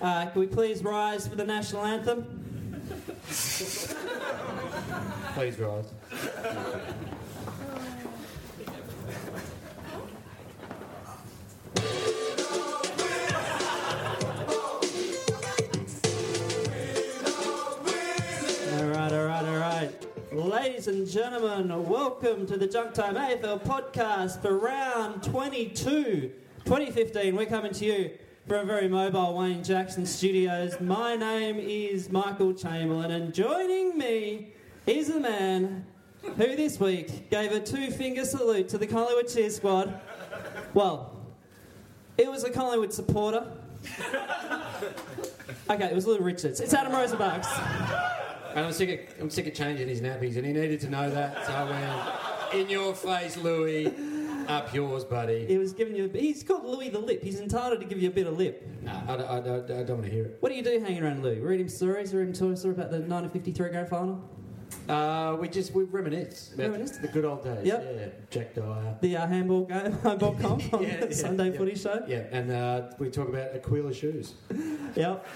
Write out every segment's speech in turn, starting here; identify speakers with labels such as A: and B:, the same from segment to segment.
A: Uh, can we please rise for the national anthem?
B: Please rise.
A: All right, all right, all right. Ladies and gentlemen, welcome to the Junk Time AFL podcast for round 22, 2015. We're coming to you from a very mobile Wayne Jackson Studios. My name is Michael Chamberlain, and joining me is a man who this week gave a two finger salute to the Collingwood cheer squad. Well, it was a Collingwood supporter. Okay, it was Lou Richards. It's Adam Rosenbachs.
B: And I'm sick, of, I'm sick of changing his nappies, and he needed to know that. So I went, in your face, Louis. Up yours, buddy.
A: He was giving you. A, he's called Louis the Lip. He's entitled to give you a bit of lip.
B: No, I, don't- I don't- I don't want to hear it.
A: What do you do hanging around Lou? Read him stories. Read him stories about the 1953 grand final.
B: Uh, we just we reminisce. about
A: Reminisce?
B: The good old days.
A: Yep.
B: Yeah. Jack Dyer.
A: The uh, handball game, handball comp on
B: Yeah,
A: the
B: yeah,
A: Sunday
B: yeah.
A: footy show.
B: Yeah, and uh, we talk about Aquila shoes
A: Yep.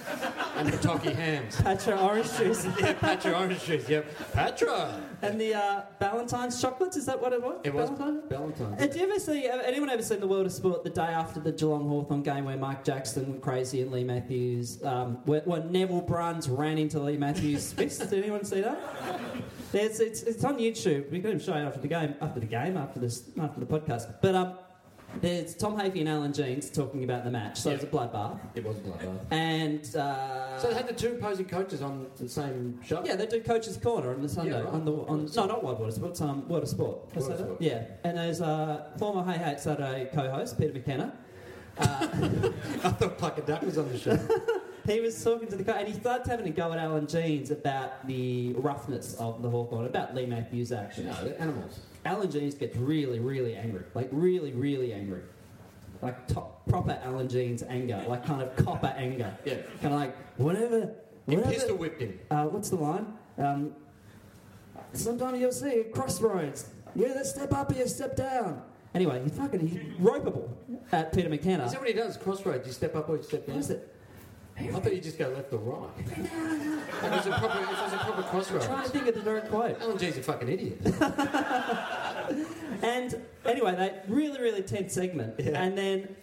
B: and Pataki hams.
A: Patra orange juice.
B: Yeah, Patra orange shoes. Yep, Patra.
A: And the uh, Valentine's chocolates. Is that what it was?
B: It was
A: Valentine's?
B: Valentine's.
A: Uh, Do you ever see, uh, anyone ever seen The World of Sport the day after the Geelong Hawthorn game where Mark Jackson went crazy and Lee Matthews, um, where, where Neville Bruns ran into Lee Matthews' fist? Did anyone see that? There's, it's, it's on YouTube. We can show it after the game, after the game, after this, after the podcast. But um, there's Tom Hafey and Alan Jeans talking about the match, so it's a bloodbath.
B: It wasn't like that.
A: And uh,
B: So they had the two opposing coaches on the same shot.
A: yeah, they do Coach's Corner on the Sunday.
B: Yeah, right.
A: On the on, no, not World Water Sport. Um, World of Sport. Did I
B: World of
A: say that?
B: Sport.
A: Yeah, and there's uh, former Hey Hey It's Saturday co-host Peter McKenna.
B: I thought Pluck a Duck was on the show.
A: He was talking to the guy, and he started having a go at Alan Jeans about the roughness of the Hawthorn, about Lee Matthews' action.
B: no, they're animals.
A: Alan Jeans gets really, really angry. Like, really, really angry. Like, top, proper Alan Jeans anger. Like, kind of copper anger.
B: Yeah.
A: Kind of like, whatever.
B: He
A: whatever
B: pistol whipped him.
A: uh, what's the line? Um, sometimes you'll see a crossroads. You either step up or you step down. Anyway, he's fucking he's ropeable at Peter McKenna.
B: Is that what he does? Crossroads. You step up or you step down.
A: What is it?
B: I thought you just go left or right. Like, it was a proper, it was a proper
A: Trying to
B: crossroads.
A: think of the direct quote.
B: Alan G's a fucking idiot.
A: And anyway, that really, really tense segment. And then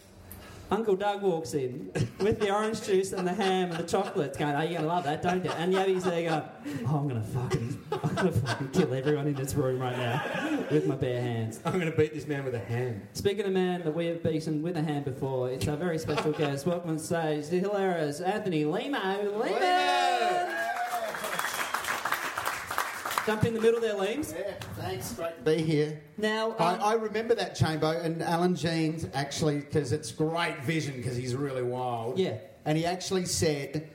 A: Uncle Doug walks in with the orange juice and the ham and the chocolates, going, "Oh, you're gonna love that, don't you?" And Yabby's there going, "Oh, I'm gonna fucking, I'm gonna fucking kill everyone in this room right now with my bare hands."
B: I'm going to beat this man with a hand.
A: Speaking of man that we have beaten with a hand before, it's our very special guest. Welcome on stage, the hilarious Anthony Limo. Limo! Jump in the middle there, Leams.
C: Yeah, thanks. Great to be here.
A: Now,
C: I,
A: um,
C: I remember that chamber and Alan Jeans actually, because it's great vision because he's really wild.
A: Yeah.
C: And he actually said,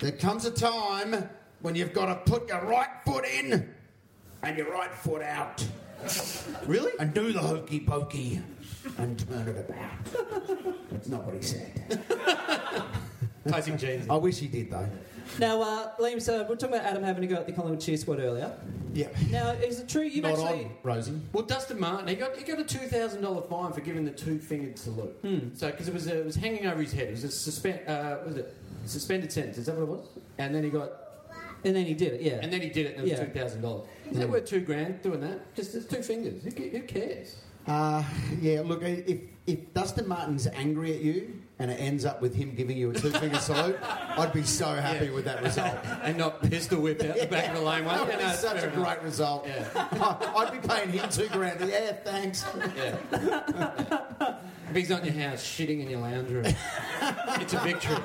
C: There comes a time when you've got to put your right foot in and your right foot out.
B: Really?
C: And do the hokey pokey and turn it about. That's not what he said.
B: Tyson Jeans.
C: I wish he did, though.
A: now uh, Leams, uh, we are talking about Adam having a go at the Collingwood cheer squad earlier.
C: Yeah.
A: Now, is it true you've
C: Not
A: actually...
C: on, Rosie.
B: Well, Dustin Martin, he got, he got a two thousand dollar fine for giving the two fingered salute.
C: Hmm.
B: So because it was uh, it was hanging over his head, it was a suspend uh, what was it suspended sentence? Is that what it was? And then he got
A: And then he did it, yeah.
B: and then he did it, and it was
A: Yeah.
B: two thousand dollars. Is that worth two grand doing that? Just it's two fingers. Who, ca- who cares?
C: Uh, yeah, look, if, if Dustin Martin's angry at you and it ends up with him giving you a two finger salute, I'd be so happy
B: Yeah.
C: with that result.
B: And not pistol whip out the back of the lane.
C: That
B: One.
C: would be such a great result. I'd be paying him two grand. Yeah, thanks.
B: Yeah. if he's on your house shitting in your lounge room, it's a victory.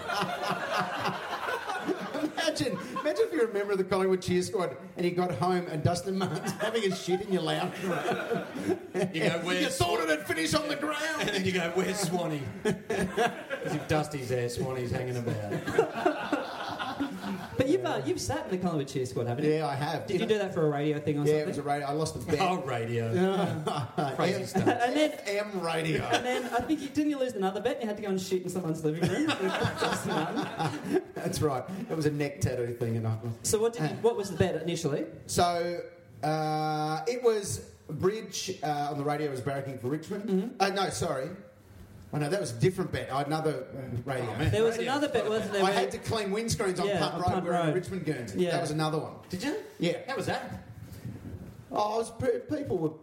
C: Imagine, imagine if you're a member of the Collingwood cheer squad and you got home and Dustin Martin's having a shit in your lounge room.
B: You go,
C: You
B: where's
C: thought it'd finish on the
B: and
C: ground.
B: then you go, where's Swanee? As if Dusty's there, Swanee's hanging about.
A: But you've uh, you've sat in the Collingwood cheer squad, haven't you?
C: Yeah, I have.
A: Did you do that for a radio thing or
C: Yeah, it was a
A: something?
C: radio. I lost the bet.
B: Oh, radio. Crazy stuff.
A: and then
C: M radio.
A: and then I think you didn't you lose another bet and you had to go and shit in someone's living room. Just none.
C: That's right. It was a neck tattoo thing, and I.
A: so what did you, what was the bet initially?
C: So uh, it was Bridge uh, on the radio was barracking for Richmond.
A: Mm-hmm.
C: Uh, no, sorry. Oh no, that was a different bet. I had another uh, radio.
A: There was another bet, wasn't there?
C: I
A: where-
C: had to clean windscreens on
A: Oh, Yeah,
C: Punt
A: on
C: Road.
A: Punt
C: we were in
A: Road.
C: Richmond Guernsey.
A: Yeah.
C: That was another one.
B: Did you?
C: Yeah.
B: How was that?
C: Oh, I was pre- people were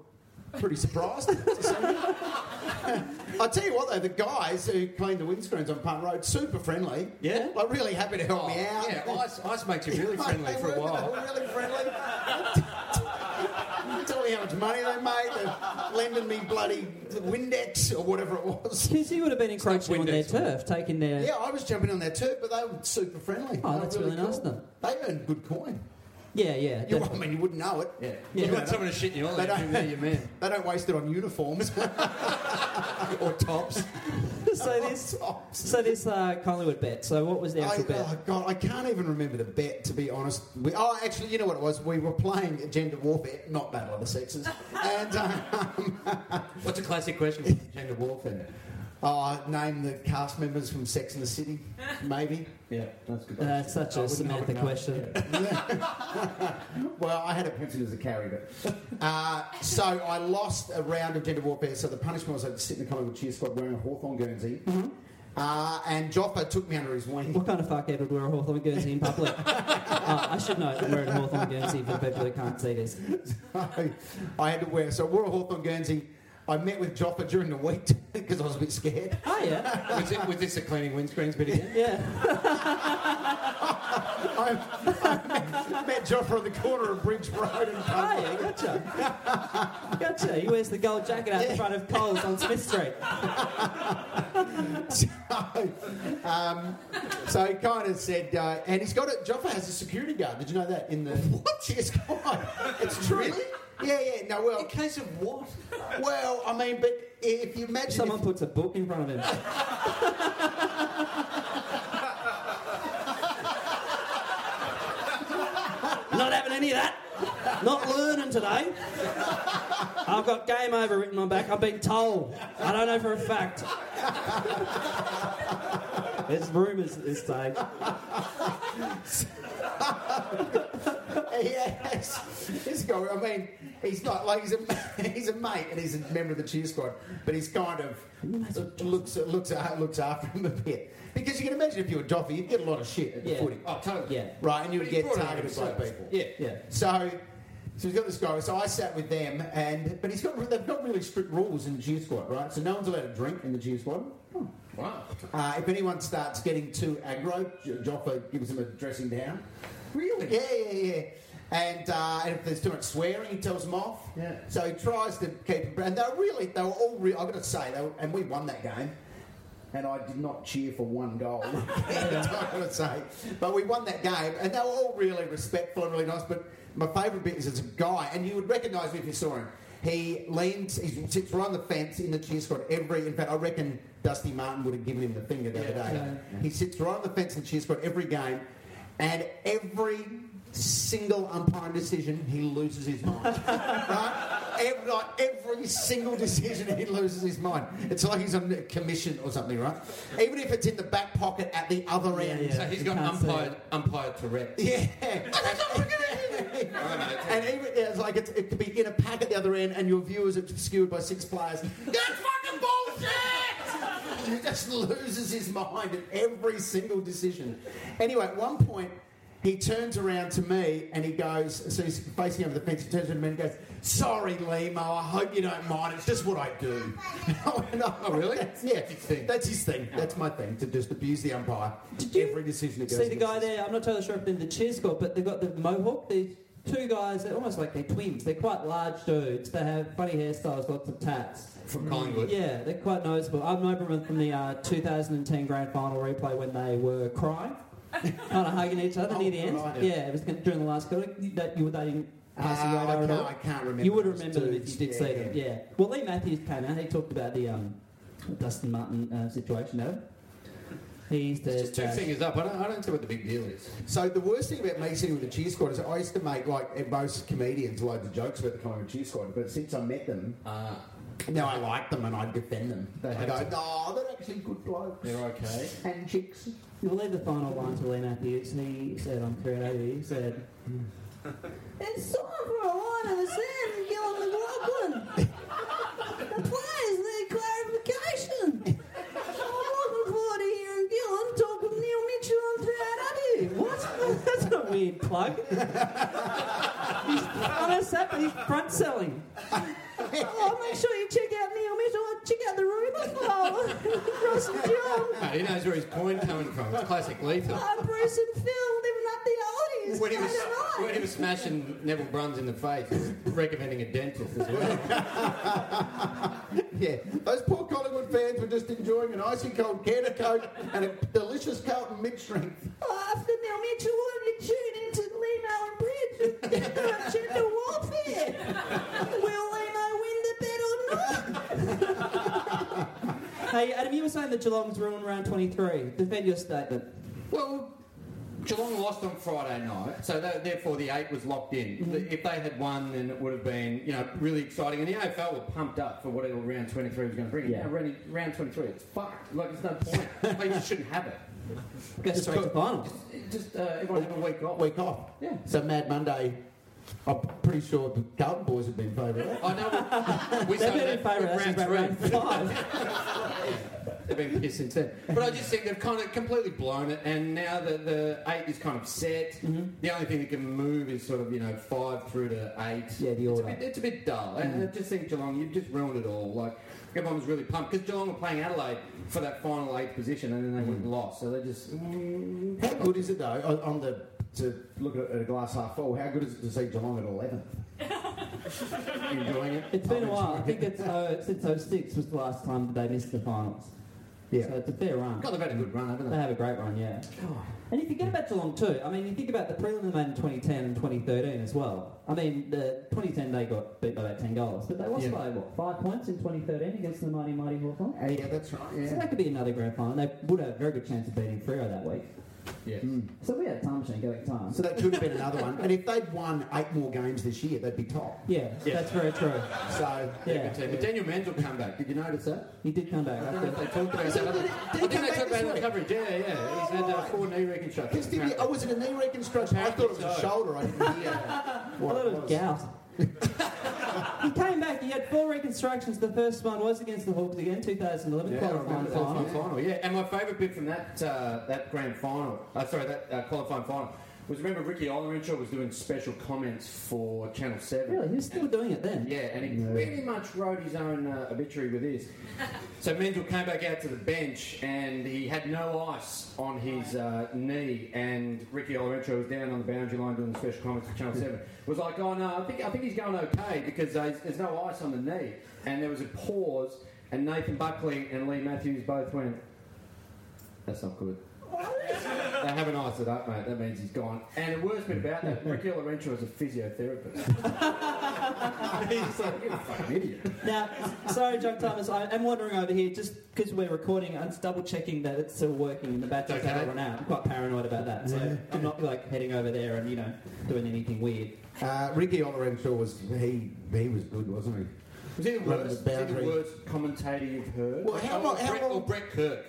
C: pretty surprised. I tell you what, though, the guys who cleaned the windscreens on Punt Road super friendly.
B: Yeah?
C: like really happy to help me out.
B: Oh, Yeah, ice, ice makes you really
C: Mate,
B: friendly
C: they
B: for a
C: were-
B: while.
C: They were really friendly. Tell me how much money they made. They're lending me bloody Windex or whatever it was.
A: Because you would have been encroaching on their
B: Windex, wasn't
A: turf, taking their.
C: Yeah, I was jumping on their turf, but they were super friendly.
A: Oh,
C: They were
A: that's really nice
C: cool.
A: then.
C: They earned good coin.
A: yeah, yeah.
C: You, I
A: definitely.
C: mean, you wouldn't know it.
B: Yeah.
A: Yeah.
B: You want someone to shit in your
C: They
B: life,
C: don't-
B: they're your man.
C: They don't waste it on uniforms
B: Or tops.
A: so this, so this uh, Collingwood bet. So what was the
C: I,
A: actual bet?
C: oh God, I can't even remember the bet. To be honest, we, oh, actually, you know what it was? We were playing gender warfare, not battle of the sexes, and um,
B: What's a classic question for gender warfare?
C: oh, name the cast members from Sex and the City, maybe.
B: Yeah, that's good.
A: That's Uh, such a
B: wouldn't know
A: semantic
B: it now.
A: question.
C: Well, I had it penciled as a carry, but uh, so I lost a round of gender warfare. So the punishment was I had to sit in the Collingwood cheer squad wearing a Hawthorn Guernsey, uh, and Joppa took me under his wing.
A: What kind of fuckhead would wear a Hawthorn Guernsey in public? uh, I should know. I'm wearing a Hawthorn Guernsey for the people who can't see this.
C: I had to wear. So I wore a Hawthorn Guernsey. I met with Joppa during the week because I was a bit scared.
A: Oh, yeah.
B: Was, it, was this a cleaning windscreens bit again?
A: Yeah.
C: I, I met, met Joppa on the corner of Bridge Road and
A: Oh, yeah. Gotcha. Gotcha. He wears the gold jacket out the front of Coles on Smith Street.
C: So, um, so he kind of said, uh, and he's got it. Joffa has a security guard. Did you know that? In the what? Yes, God, it's true. Yeah, yeah. No,
B: In
C: well,
B: case of what?
C: well. I mean, but i- if you imagine,
A: Someone puts a book in front of him. Not having any of that. Not learning today. I've got game over written on back. I've been told. I don't know for a fact. There's rumours at this stage.
C: if, yes, this guy. I mean, he's not like he's a ma- he's a mate and he's a member of the cheer squad, but he's kind of looks looks a- looks after him a bit because you can imagine if you were Joffy, you'd get a lot of shit at the
A: Yeah.
C: footy.
B: Oh, totally.
A: Yeah.
C: right? And you would
B: But he
C: get
B: brought it
C: targeted by
B: himself.
C: people.
B: Yeah.
A: Yeah.
C: So, so he's got this guy. So I sat with them, and but he's got they've got really strict rules in the G squad, right? So no one's allowed to drink in the G squad.
B: Wow.
C: Uh, if anyone starts getting too aggro, J- Joffa gives him a dressing down.
B: Really?
C: Yeah, yeah, yeah. And, uh, and if there's too much swearing, he tells them off.
B: Yeah.
C: So he tries to keep. And they were really, they were all. Re- I've got to say, they were, and we won that game. And I did not cheer for one goal. That's what I've got to say. But we won that game, and they were all really respectful and really nice. But my favourite bit is it's a guy, and you would recognise me if you saw him. He leans, he sits right on the fence in the cheer squad every. In fact, I reckon Dusty Martin would have given him the finger the other
A: Yeah.
C: day. He sits right on the fence in the cheer squad every game, and every single umpiring decision, he loses his mind. right? Every, like, every single decision, he loses his mind. It's like he's on a commission or something, right? Even if it's in the back pocket at the other end.
A: yeah.
B: So he's
A: You
B: got
A: can't say
B: umpire, umpire Tourette.
C: Yeah. and even yeah, it's like it's, it could be in a pack at the other end, and your viewers are skewed by six players. That's fucking bullshit. he just loses his mind at every single decision. Anyway, at one point. He turns around to me and he goes, so he's facing over the fence, he turns around to me and goes, Sorry, Limo, I hope you don't mind, it's just what I do. oh,
B: really?
C: That's, yeah,
B: That's his thing.
C: that's his thing. That's my thing, to just abuse the umpire.
A: Did you
C: every decision that goes
A: See the
C: against
A: guy
C: us.
A: there, I'm not totally sure if they're the cheer squad, but they've got the mohawk. They're two guys, they're almost like they're twins. They're quite large dudes. They have funny hairstyles, lots of tats.
B: From Collingwood.
A: Yeah, they're quite noticeable. I remember them from the uh, 2010 grand final replay when they were crying. kind of hugging each other near the end.
C: Oh, right, yeah.
A: yeah, it was gonna- during the last quarter. That you they didn't pass
C: Ah,
A: the radar
C: I
A: at
C: can't-
A: all.
C: I can't remember
A: You would
C: those
A: remember them if
C: dudes,
A: you did
C: yeah,
A: see them.
C: yeah.
A: Yeah. Well, Lee Matthews came out. He talked about the um, Dustin Martin uh, situation. No, he's the
B: Just two
A: uh,
B: fingers up. I don't, I don't see what the big deal is.
C: So the worst thing about me sitting with the cheer squad is I used to make like and most comedians loads of jokes about the kind of cheer squad, but since I met them,
B: Uh,
C: now I like them and I defend them.
B: They
C: I
B: have
C: go,
B: to.
C: no, they're actually good blokes
B: they're okay.
C: and chicks.
A: We'll leave the final line to Lee Matthews. He said on Career 80, he said, It's time for a line in the sand for Gillan McLaughlin. The players need clarification. I'm looking forward to hearing Gillan talk with Neil Mitchell on Career 80. What? That's not a weird plug. He's front, sap- he's front selling. oh, make sure you check out Neil Mitchell. Check out the rumour file. Ross and John.
B: No, he knows where his coin coming from. It's classic lethal.
A: Oh, Bruce and Phil living up the oldies.
B: When he, was, when he was smashing Neville Bruns in the face, he was recommending a dentist as well.
C: Yeah, those poor Collingwood fans were just enjoying an icy cold can of Coke and a delicious Carlton mid-strength.
A: Oh, After Neil Mitchell wanted to tune into Lino and Bridge about gender warfare. Will Lino win the bet or not? hey, Adam, you were saying that Geelong's ruined round 23. Defend your statement.
B: Well, Geelong lost on Friday night, so tha- therefore the eight was locked in. The- If they had won, then it would have been you know really exciting, and the AFL were pumped up for whatever round twenty three was going to bring.
A: Yeah.
B: Now, round, round twenty three, it's fucked. Like it's no point. like you shouldn't have it.
A: Go straight to final.
B: It Just uh, everyone have a week off.
C: Week off.
B: Yeah.
C: So Mad Monday, I'm pretty sure the Carlton boys have been favourite.
B: I know. We, we
A: They've
B: say
A: been in
B: that
A: favour of us since
B: round
A: about round
B: three.
A: five.
B: They've been pissed since then. But I just think they've kind of completely blown it, and now the, the eight is kind of set. The only thing that can move is sort of, you know, five through to eight.
A: Yeah, the
B: it's a
A: order.
B: bit, it's a bit dull. And I just think Geelong, you've just ruined it all. Like, everyone was really pumped because Geelong were playing Adelaide for that final eighth position, and then they went lost. So they just.
C: How good is it though? On, on the to look at a glass half full. How good is it to see Geelong at 11th?
B: enjoying it.
A: It's been a while. I think it's uh, since 06 was the last time that they missed the finals.
C: Yeah.
A: So it's a fair run.
B: God, they've had a good run, haven't
A: They
B: they?
A: have a great run, yeah.
C: Oh.
A: And you forget about Geelong too. I mean, you think about the prelim they made in 2010 and 2013 as well. I mean, the 2010 they got beat by about 10 goals, but they lost
B: Yeah.
A: by what five points in 2013 against the mighty mighty Hawthorn.
C: Oh, yeah, that's right.
A: So that could be another grand final. They would have a very good chance of beating Freo that week.
B: Yeah.
A: So we had a time machine going back in time.
C: So that could have been another one. And if they'd won eight more games this year, they'd be top.
A: yeah,
B: Yeah.
A: that's very true.
C: So
A: Yeah,
B: But Daniel Mandel come back. Did you notice that?
A: he did come back.
B: I don't know
A: After.
B: if they talked about
C: So
B: that.
C: did it-
B: I
C: did it
B: think
C: come
B: they
C: back
B: talked about
C: this
B: it in
C: week?
B: coverage. Yeah, yeah. He's had uh,
C: right.
B: four knee reconstructions.
C: Because did he, oh, was it a knee reconstruction? I thought it was a
B: Apparently so.
C: shoulder. I didn't hear
A: I
C: what
A: thought it was gout. he came back. He had four reconstructions. The first one was against the Hawks again, 2011
C: Yeah, I
A: qualifying
C: remember that.
A: final.
B: qualifying final, yeah. And my favourite bit from that uh, that grand final, uh, sorry, that uh, qualifying final, was remember Ricky Olerinshaw was doing special comments for Channel Seven.
A: Really, he was still doing it then.
B: Yeah, and he pretty much wrote his own uh, obituary with this. so Mendel came back out to the bench and he had no ice on his uh, knee. And Ricky Olorento was down on the boundary line doing the special comments for Channel 7. Was like, oh no, I think, I think he's going okay because uh, there's no ice on the knee. And there was a pause, and Nathan Buckley and Lee Matthews both went, that's not good. They haven't iced it up, mate. That means he's gone. And the worst bit about that, Ricky Olorento is a physiotherapist. he's like, you're a fucking idiot.
A: Now, sorry, John Thomas, I am wandering over here just because we're recording. I'm just double checking that it's still working and the battery's
B: Okay.
A: haven't run out. I'm quite paranoid about that, so I'm not like heading over there and you know doing anything weird.
C: Uh, Ricky Olorenshaw was he he was good, wasn't he?
B: Was he the
C: Right at
B: worst,
C: the
B: was he the
C: boundary.
B: worst commentator you've heard?
C: Well, how
B: Or
C: long- how
B: Brett,
C: long-
B: or Brett Kirk?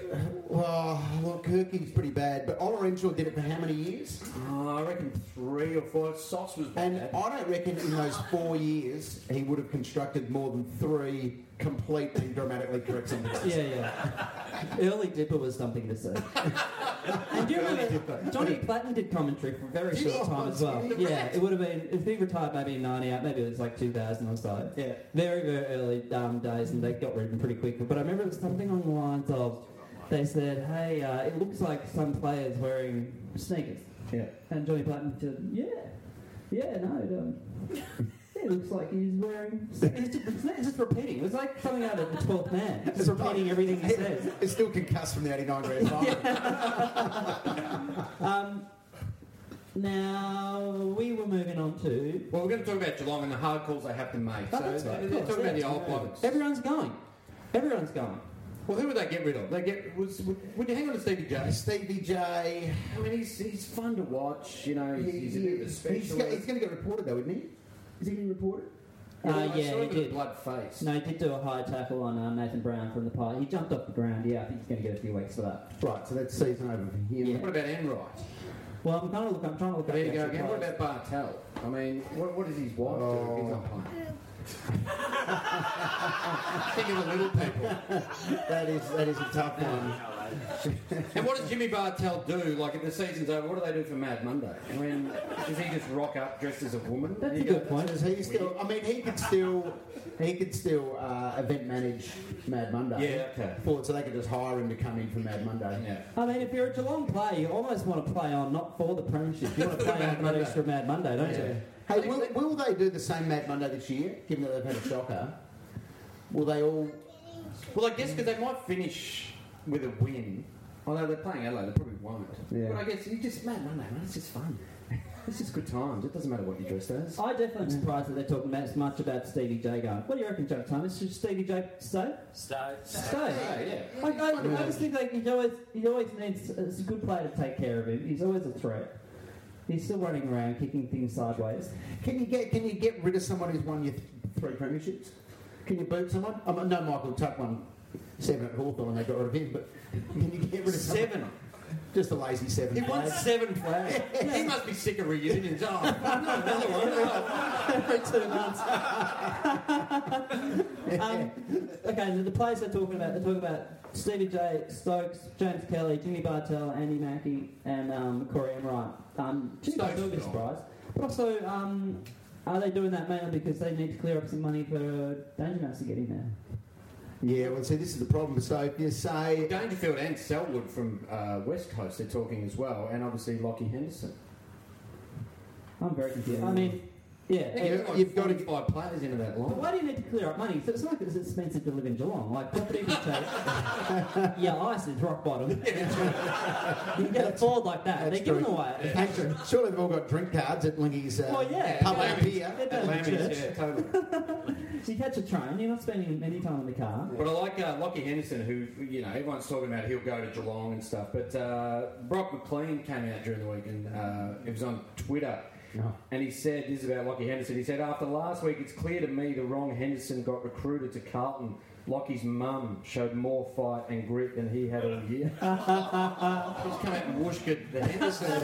C: Well, look, Kirky's pretty bad, but Olorenshaw did it for how many years?
B: Oh, I reckon three or four. Sauce was
C: And
B: bad.
C: I don't reckon in those four years he would have constructed more than three complete and grammatically correct sentences.
A: Yeah, yeah. Early Dipper was something to say. and do you remember Johnny Platten did commentary for a very
C: Did he?
A: short time as well.
C: The
A: Yeah,
C: rat.
A: it would have been if he retired maybe in '98, maybe it was like 2000 or so.
C: Yeah.
A: very very early um, days, and they got rid of him pretty quickly. But I remember it was something on the lines of they said, "Hey, uh, it looks like some players wearing sneakers,"
B: Yeah.
A: and Johnny Platten said, "Yeah, yeah, no, don't." Yeah, it looks like he's wearing. It's just, it's not- it's just repeating. It's like something out of the Twelfth Man. It's Just repeating everything he says.
C: It's still concussed from the 89 Grand Final.
A: Now we were moving on to.
B: Well, we're going to talk about Geelong and the hard calls they have to make.
A: Oh,
B: so
A: that's right, of
B: they're
A: course,
B: talking about the
A: yeah.
B: old blokes.
A: Everyone's going. Everyone's going.
B: Well, who would they get rid of? They get was. Would you hang on to Stevie J?
C: Stevie J.
B: I mean, he's, he's fun to watch. You know,
C: He-
B: he's, he's a bit of a
C: he's go- he's
B: specialist.
C: going to get reported though, isn't he? Is he going to be reported?
A: Uh,
B: I saw
A: yeah,
B: him
A: he
B: with a
A: did.
B: blood face.
A: No, he did do a high tackle on uh, Nathan Brown from the pie. He jumped off the ground. Yeah, I think he's going to get a few weeks for that.
C: Right, so that's season over for him.
A: Yeah.
B: What about Enright?
A: Well, I'm kind of look. I'm trying to look. up
B: There
A: the
B: you go
A: actual
B: again. What
A: players.
B: about Bartel? I mean, Oh. what, what does his wife do if he's not playing? Think of the little people.
C: That is that is a tough one.
B: And what does Jimmy Bartel do? Like, if the season's over, what do they do for Mad Monday? I mean, does he just rock up dressed as a woman?
A: That's a
B: You go,
A: good point.
C: Is he still? I mean, he could still, he could still uh, event manage Mad Monday.
B: Yeah, okay.
C: Forward, so they could just hire him to come in for Mad Monday.
B: Yeah.
A: I mean, if you're a Geelong player, you almost want to play on not for the premiership. You want to
B: For the
A: play on
B: Mad
A: that
B: Monday.
A: extra Mad Monday, don't
B: Yeah.
A: you?
C: Hey, will, will they do the same Mad Monday this year? Given that they've had a shocker, will they all?
B: Well, I guess because they might finish with a win. Although they're playing Adelaide, they probably won't.
C: Yeah.
B: But I guess you just, man, Monday, man, it's just fun. It's just good times. It doesn't matter what you dress as.
A: I definitely am surprised that they're talking about as much about Stevie J going. What do you reckon, Joe Thomas? Should Stevie J stay?
D: So,
A: Stay.
B: yeah.
A: I, I, I just think like he always he always needs it's a good player to take care of him. He's always a threat. He's still running around kicking things sideways.
C: Can you get can you get rid of someone who's won you th- three premierships? Can you boot someone? I mean, no, Michael Tuck won seven at Hawthorn and they got rid of him, but can you get rid of someone?
B: Seven.
C: Just a lazy seven.
B: He won
C: players.
B: seven flags. He must be sick of reunions. Oh, no, another
A: Um,
B: one.
A: Every two months. um, okay, so the players they're talking about, they're talking about Stevie J, Stokes, James Kelly, Jimmy Bartell, Andy Mackey, and um, Corey Enright. Um, Jimmy
B: Stokes
A: Bartell will be
B: is gone.
A: surprised. But also, um, are they doing that mainly because they need to clear up some money for Danger Mouse to get in there?
C: Yeah, well, see, this is the problem. So if you say
B: Dangerfield and Selwood from uh, West Coast are talking as well, and obviously Lockie Henderson.
A: I'm very confused. I mean, yeah.
B: You've,
C: you've-
B: got,
C: you've got to-
B: five players into that
A: But
B: line.
A: why do you need to clear up money? So it's not because it's expensive to live in Geelong. Like property would take. yeah, ice is rock bottom. you can get afford like that.
C: That's
A: They're giving
C: true.
A: away.
C: Actually, surely they've all got drink cards at Lingy's uh,
A: Well, yeah.
C: pub up
B: Lammy's.
C: here.
A: They're down the
B: Lammy's,
A: church.
B: yeah, totally.
A: So you catch a train. You're not spending any time in the car.
B: But I like uh, Lockie Henderson, who, you know, everyone's talking about he'll go to Geelong and stuff. But uh, Brock McLean came out during the week and uh, it was on Twitter.
C: No.
B: And he said, this is about Lockie Henderson. He said, after last week, it's clear to me the wrong Henderson got recruited to Carlton. Lockie's mum showed more fight and grit than he had all year. He's come out and whooshed it, the Henderson.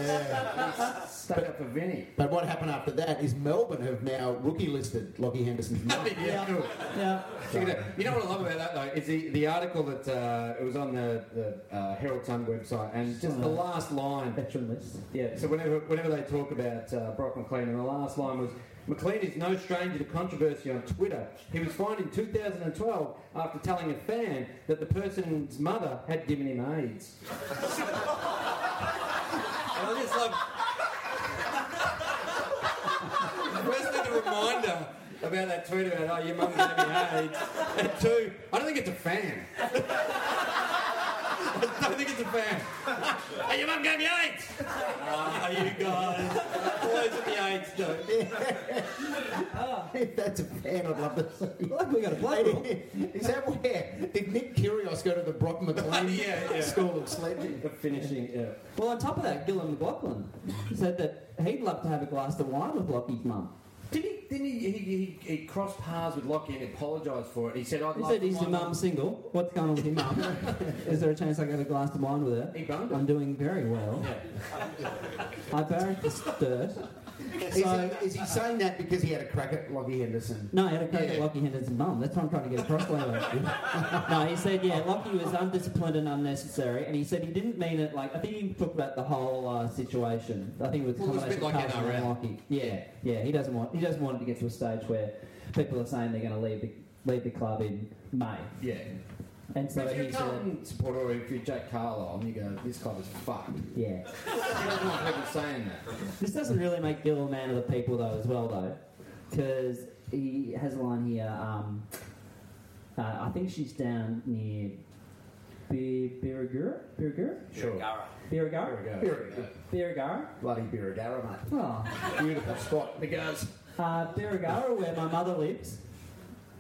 B: Stuck up for Vinny.
C: But what happened after that is Melbourne have now rookie listed Lockie Henderson's mum.
B: Yeah, cool.
A: Yeah.
B: Check it out. You know what I love about that though is the, the article that uh, it was on the, the uh, Herald Sun website and just the last line.
A: Veteran list.
B: Yeah. So whenever whenever they talk about uh, Brock McLean, and the last line was. McLean is no stranger to controversy on Twitter. He was fined in 2012 after telling a fan that the person's mother had given him AIDS. and I just love First thing, a reminder about that tweet about, oh, your mum gave me AIDS. And two, I don't think it's a fan. I don't think it's a fan. hey, your mum gave me AIDS. Oh, you guys. Always at the AIDS, dude.
C: if that's a fan, I'd love to see.
A: Like we got a play. ball.
C: is that where did Nick Kyrgios go to the Brock McLean
B: Yeah, yeah.
C: School of Sledging?
B: The finishing, yeah.
A: Well, on top of that, Gillan McLaughlin said that he'd love to have a glass of wine with Lockie's mum.
B: Did he, didn't he, he, he, he crossed paths with Lockie and apologised for it. He said, I'd
A: He
B: like
A: said
B: to
A: he's the
B: find
A: mum single. What's going on with your mum? Is there a chance I can have a glass of wine with her?
B: He boned her.
A: I'm doing very well. I buried this dirt.
C: Is, he, is he saying that because he had a crack at Lockie Henderson?
A: No, he had a crack at
B: Yeah.
A: Lockie Henderson's mum. That's what I'm trying to get across. Lando. no, he said, yeah, Lockie was undisciplined and unnecessary, and he said he didn't mean it. Like I think he talked about the whole uh, situation. I think it was
B: Well, it was a bit
A: combination of Carson
B: like
A: and
B: NRL.
A: Lockie. Yeah, yeah. He doesn't want he doesn't want it to get to a stage where people are saying they're going to leave the leave the club in May,
B: Yeah.
A: and so
B: if you're a
A: he said,
B: Carlton supporter or if you're Jack Carlisle and you go, this club is fucked.
A: yeah.
B: I don't want people saying that.
A: This doesn't really make Gil a man of the people, though, as well, though. Because
D: he has a line here. Um, uh, I think she's down near Bir- Birigura. Birigura?
B: Sure.
D: Birigara?
B: Here we go.
C: Birregurra.
D: Birigara?
C: Bloody Birregurra, mate.
D: Oh.
C: Beautiful spot. It goes.
D: uh, Birregurra, where my mother lives,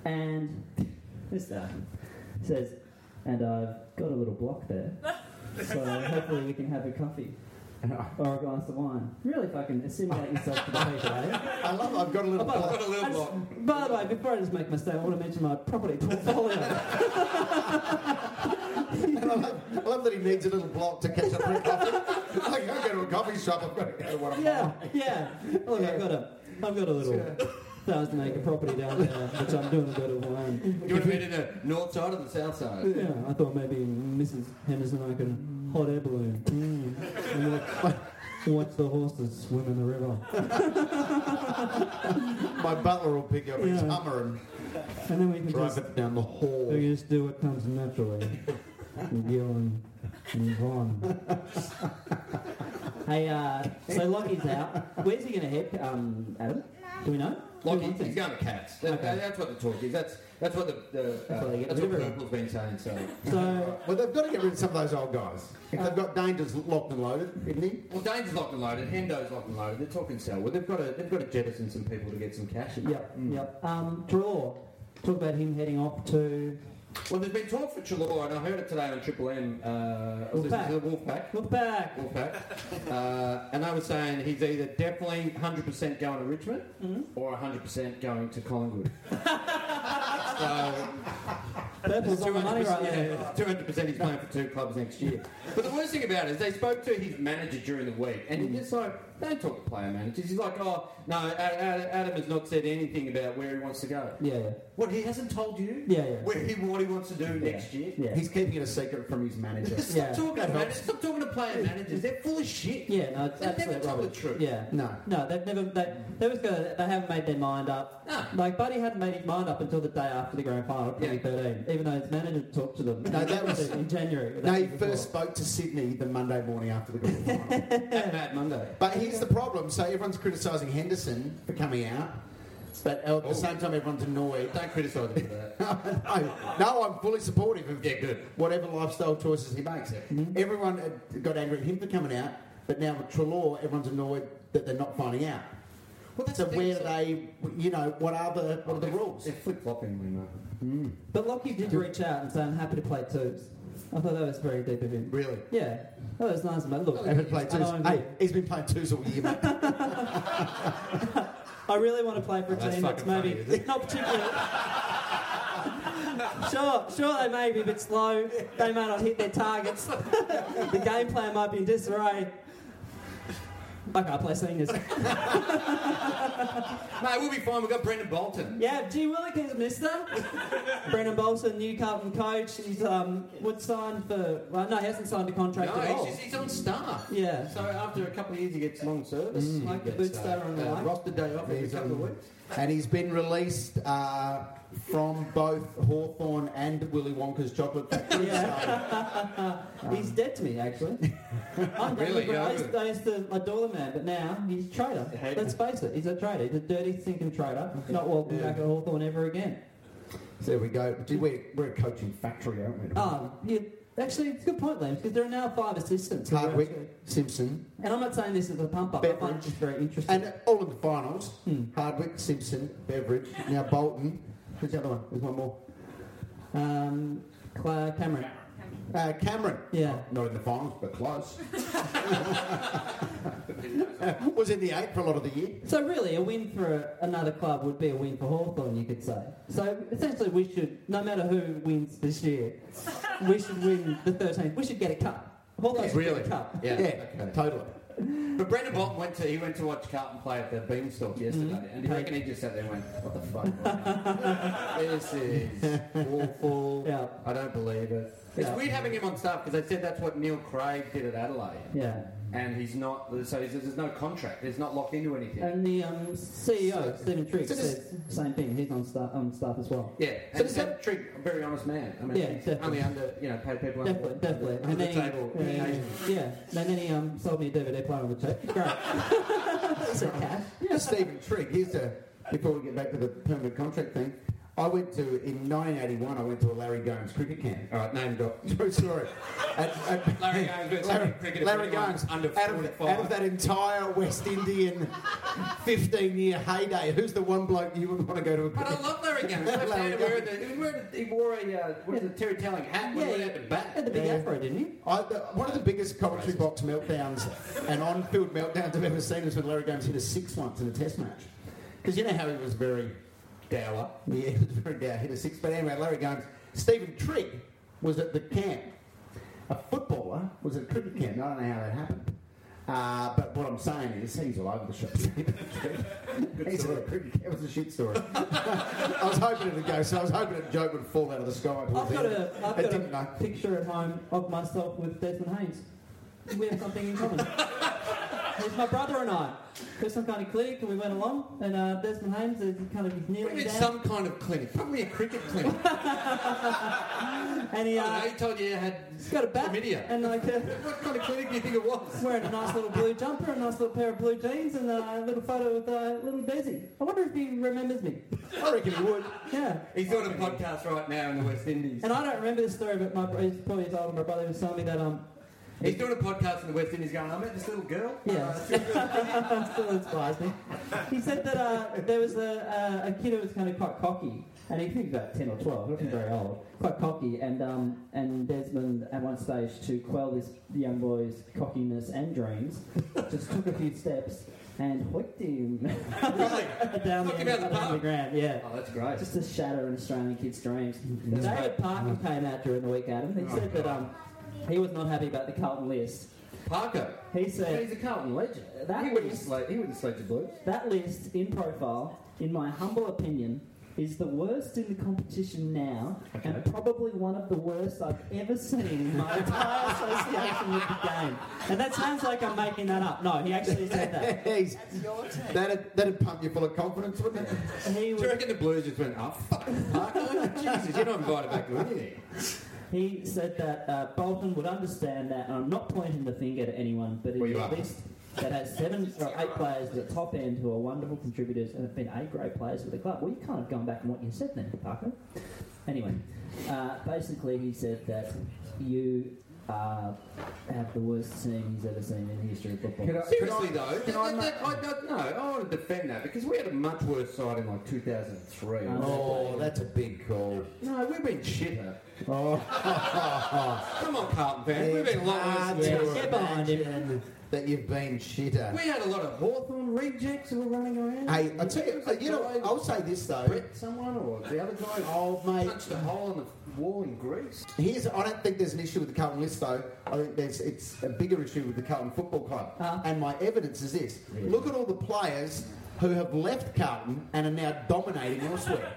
D: and this uh, says, and I've got a little block there, so hopefully we can have a coffee or a glass of wine. Really fucking assimilate yourself to the people, eh?
C: I love I've got a little
A: Oh, by the way,
C: block.
A: I just- by the way, before I just make my statement, I want to mention my property portfolio.
C: And I love, I love that he needs a little block to catch up for a coffee. I can't go to a coffee shop, I've got to go to one of
A: yeah, yeah. Oh, Look, I've got a, I've got a little thousand acre property down there, which I'm doing a bit of wine.
B: You want to be in the north side or the south side?
A: Yeah, I thought maybe Mrs. Henderson and I could hot air balloon. Mm. And watch, watch the horses swim in the river.
C: mine. My butler will pick up his
A: Yeah.
C: Hummer and
A: And then we can
C: drive
A: just,
C: it down the hall.
A: we can just do what comes naturally. Gillen and Vaughn.
D: Hey, uh, so Lockie's out. Where's he going to head, um, Adam? Do we know?
B: Like
D: Who
B: he,
D: wants
B: he's
D: him?
B: going to cats. That,
D: Okay.
B: that's what the talk is. That's that's what the, the
D: That's what
B: uh,
D: they get
B: that's what
D: rid of.
B: purple's been saying. So
D: So,
C: Well, they've got to get rid of some of those old guys. If they've got dangers locked and loaded, isn't he?
B: well, Dane's locked and loaded. Hendo's locked and loaded. They're talking Selwood. They've got to they've got to jettison some people to get some cash. In.
D: yep,
A: Hmm.
D: yep. Um, draw. Talk about him heading off to
B: Well, there's been talk for Chalor, and I heard it today on Triple M. Uh, I was listening to the Wolfpack.
A: Look back.
B: Wolfpack. Uh, and they were saying he's either definitely 100% going to Richmond
A: Mm-hmm.
B: or 100% going to Collingwood. so
A: Purple's on the money right there.
B: Two hundred percent. He's playing for two clubs next year. But the worst thing about it is they spoke to his manager during the week, and he's just like, "Don't talk to player managers." He's like, "Oh no, Ad- Ad- Adam has not said anything about where he wants to go.
D: yeah, yeah,
B: What he hasn't told you?
D: yeah, yeah.
B: Where he what he wants to do next year?
D: Yeah.
C: He's keeping it a secret from his manager.
B: Stop,
D: Yeah.
B: talking to
C: That
B: man-
C: helps.
B: stop talking to player managers. They're full of shit.
D: Yeah, no, it's
B: They've never
D: absolute
B: told the
D: rubbish.
B: truth.
D: Yeah,
C: No.
D: no, they've never. They, they was gonna, They haven't made their mind up.
B: No.
D: Like Buddy hadn't made his mind up until the day after the grand final,
B: Yeah.
D: 2013. Even though his manager talked to them.
C: No, that was-
D: in January. but
C: No,
D: that
C: he
D: was
C: first spoke to Sydney the Monday morning after the grand final.
B: At Mad Monday.
C: But here's the problem. So everyone's criticising Henderson for coming out, but at
B: Oh.
C: the same time, everyone's annoyed.
B: Don't criticise me for that.
C: no, no, I'm fully supportive of
B: Yeah, good.
C: whatever lifestyle choices he makes.
B: Mm-hmm.
C: Everyone had got angry at him for coming out, but now with Trelaw, everyone's annoyed that they're not finding out.
B: Well, that's
C: So
B: the thing,
C: where
B: so-
C: are they? You know, what are the what are the rules?
B: They're flip flopping, you know.
D: before. But Lockie did reach out and say, "I'm happy to play twos. I thought that was very deep of him.
C: Really?
D: Yeah, that was nice. But look,
C: Haven't played
D: I
C: twos.
D: don't
C: Hey,
D: envy-
C: he's been playing twos all year, mate.
A: I really want to play for a
B: Oh, that's
A: team that's
B: fucking
A: maybe
B: funny, isn't it?
A: not particularly. sure, sure they may be a bit slow. They may not hit their targets. the game plan might be in disarray. I can't play seniors.
B: Mate, we'll be fine. We've got Brendan Bolton.
A: Yeah, G Willikins, mister. Brendan Bolson, new Carlton coach. He's um, would sign for. Well, no, he hasn't signed a contract
B: No,
A: at all.
B: he's, just, he's on staff.
A: Yeah.
B: So after a couple of years, he gets long service.
D: Mm.
A: Like the
B: Mm, Gets,
A: boots that are on the
B: uh,
A: line.
B: roster day off every
C: He's
B: couple of
C: on-
B: weeks.
C: and he's been released uh, from both Hawthorne and Willy Wonka's chocolate factory.
A: Yeah. he's dead to me, actually. I'm dead
B: Really?
A: to- I,
B: Yeah,
A: used, I used to adore the man, but now he's a traitor.
B: Hate
A: Let's face it, he's a traitor. He's a dirty, sinking traitor. Not welcome back at Hawthorn ever again.
C: So there we go. Gee, We're, we're a coaching factory, aren't we?
A: Oh, you, actually, it's a good point, Liam, because there are now five assistants. who are
C: Hardwick,
A: actually-
C: Simpson,
A: And I'm not saying this is a pump up. I find it just very interesting.
C: and all in the finals. Hardwick, Simpson, Beveridge, now Bolton. Who's the other one? There's one more.
A: um, Cla- Cameron.
C: Uh, Cameron.
A: Yeah.
C: Not in the finals, but close. Was in the eight for a lot of the year.
A: So really, a win for a, another club would be a win for Hawthorn, you could say. So essentially, we should, no matter who wins this year, we should win the 13th. We should get a cup. Hawthorn should
B: Really?
A: get a cup.
B: Yeah.
C: yeah totally.
B: But Brendan Bolton went to he went to watch Carlton play at the Beanstalk
D: Mm-hmm.
B: yesterday, and you reckon he just sat there and went, "What the fuck? this is awful.
A: Yeah.
B: I don't believe it." It's
A: Yeah.
B: weird having him on staff because they said that's what Neil Craig did at Adelaide,
A: Yeah.
B: and he's not. So he says there's no contract. It's not locked into anything.
A: And the um, CEO, Stephen Trigg,
C: so does-
A: said the same thing. He's on staff, on staff as well.
B: Yeah,
C: So
B: and
C: does
B: so
C: that-
B: Trigg, a very honest man. I mean,
A: Yeah,
B: he's
A: definitely.
B: only under, you know, paid people under-
A: Definitely, definitely.
B: under the table.
A: he, yeah, yeah. And then he um, sold me a DVD player on the check. Great.
C: Stephen Trigg, here's a before we get back to the permanent contract thing, I went to, in 1981, I went to a Larry Gomes cricket camp.
B: All right, name drop.
C: True story. At- at-
B: Larry Gomes versus
C: Larry,
B: cricket,
C: Larry
B: everyone
C: Gomes.
B: under
C: out, of,
B: 45.
C: out of that entire West Indian 15 year heyday, who's the one bloke you would want to go to a
B: But I love Larry Gomes. Left
C: Larry
B: handed, wearing the- he, was wearing the- he wore a uh, what is it, Terry Telling hat. when he went out the bat.
A: Had the big
C: Yeah.
A: afro, didn't you?
C: I, the, one of the biggest commentary box meltdowns and on-field meltdowns I've ever seen is when Larry Gomes hit a six once in a Test match. Because you know how he was very dour. Yeah, he was very dour. Hit a six, but anyway, Larry Gomes. Stephen Trigg was at the camp. A footballer was at a cricket camp. I don't know how that happened. Uh, but what I'm saying is, he's all over the shop. he's at a cricket camp. It was a shit story. I was hoping it would go. So I was hoping a joke would fall out of the sky.
A: I've got a, I've
C: It
A: got
C: didn't, though.
A: a picture at home of myself with Desmond Haynes. We have something in common. He's my brother and I. There's some kind of clinic, and we went along, and uh, Desmond Haynes is kind of he's
B: Put him
A: kneeling
B: in
A: down,
B: some kind of clinic. Probably a cricket clinic.
A: and he,
B: I
A: uh,
B: don't know, he told you you had
A: he's got a bat,
B: chlamydia.
A: and like uh,
B: What kind of clinic do you think it was?
A: wearing a nice little blue jumper, a nice little pair of blue jeans, and uh, a little photo with uh, little Desi. I wonder if he remembers me.
C: I reckon he would.
A: Yeah.
B: He's on a podcast right now in the West Indies.
A: And I don't remember this story, but my bro- he's probably as old. My brother was telling me that um,
B: He's doing a podcast in the West Indies going, I met this little girl. Uh,
A: Yeah. still inspires me. He said that uh, there was a, a, a kid who was kind of quite cocky, and he think about 10 or 12, not very old, quite cocky, and, um, and Desmond, at one stage, to quell this young boy's cockiness and dreams, just took a few steps and hoiked him
B: Really?
A: down,
B: Knocked
A: the, end,
B: him out of the
A: down the
B: park.
A: ground. Yeah. Mm-hmm.
B: Oh, that's great.
A: Just to shatter an Australian kid's dreams.
B: great.
A: David Parker came out during the week, Adam. He said that um, he was not happy about the Carlton list.
B: Parker.
A: He said,
B: He's a Carlton legend.
A: That
B: he, wouldn't
A: is-
B: sla- he wouldn't sledge the blues.
A: That list, in profile, in my humble opinion, is the worst in the competition now, and probably one of the worst I've ever seen in my entire association with the game. And that sounds like I'm making that up. No, he actually said that.
C: He's- that'd, that'd pump you full of confidence, wouldn't it?
A: He
B: Do you
A: was,
B: reckon the Blues just went, oh, fucking Parker? Jesus, you're not invited back to anything.
A: he said that uh, Bolton would understand that, and I'm not pointing the finger at anyone, but it's
B: Well, you
A: a
B: are.
A: list that has seven or eight players at the top end who are wonderful contributors and have been A grade players for the club. Well, you can't have gone back on what you said then, Parker. Anyway, uh, basically he said that you uh, have the worst team he's ever seen in the history of football.
B: Could I, Seriously, though,
C: Can I
B: that- that- I don't know. I want to defend that because we had a much worse side in like 2003.
C: Oh, that's a big call.
B: No, we've been shitter.
C: Oh,
B: Come on, Carlton fans. We've
C: it's
B: been a lot
C: hard
B: worse.
C: to
A: Get behind him.
C: imagine that you've been shitter.
B: We had a lot of Hawthorn rejects who were running around.
C: Hey, I tell you, uh,
B: Who's that
C: you know,
B: guy?
C: I'll say this though.
B: Brett someone or the other guy
C: Oh, mate.
B: punched a hole in the wall in Greece.
C: Here's, I don't think there's an issue with the Carlton list though. I think there's it's a bigger issue with the Carlton Football Club.
A: Huh?
C: And my evidence is this: look at all the players who have left Carlton and are now dominating elsewhere.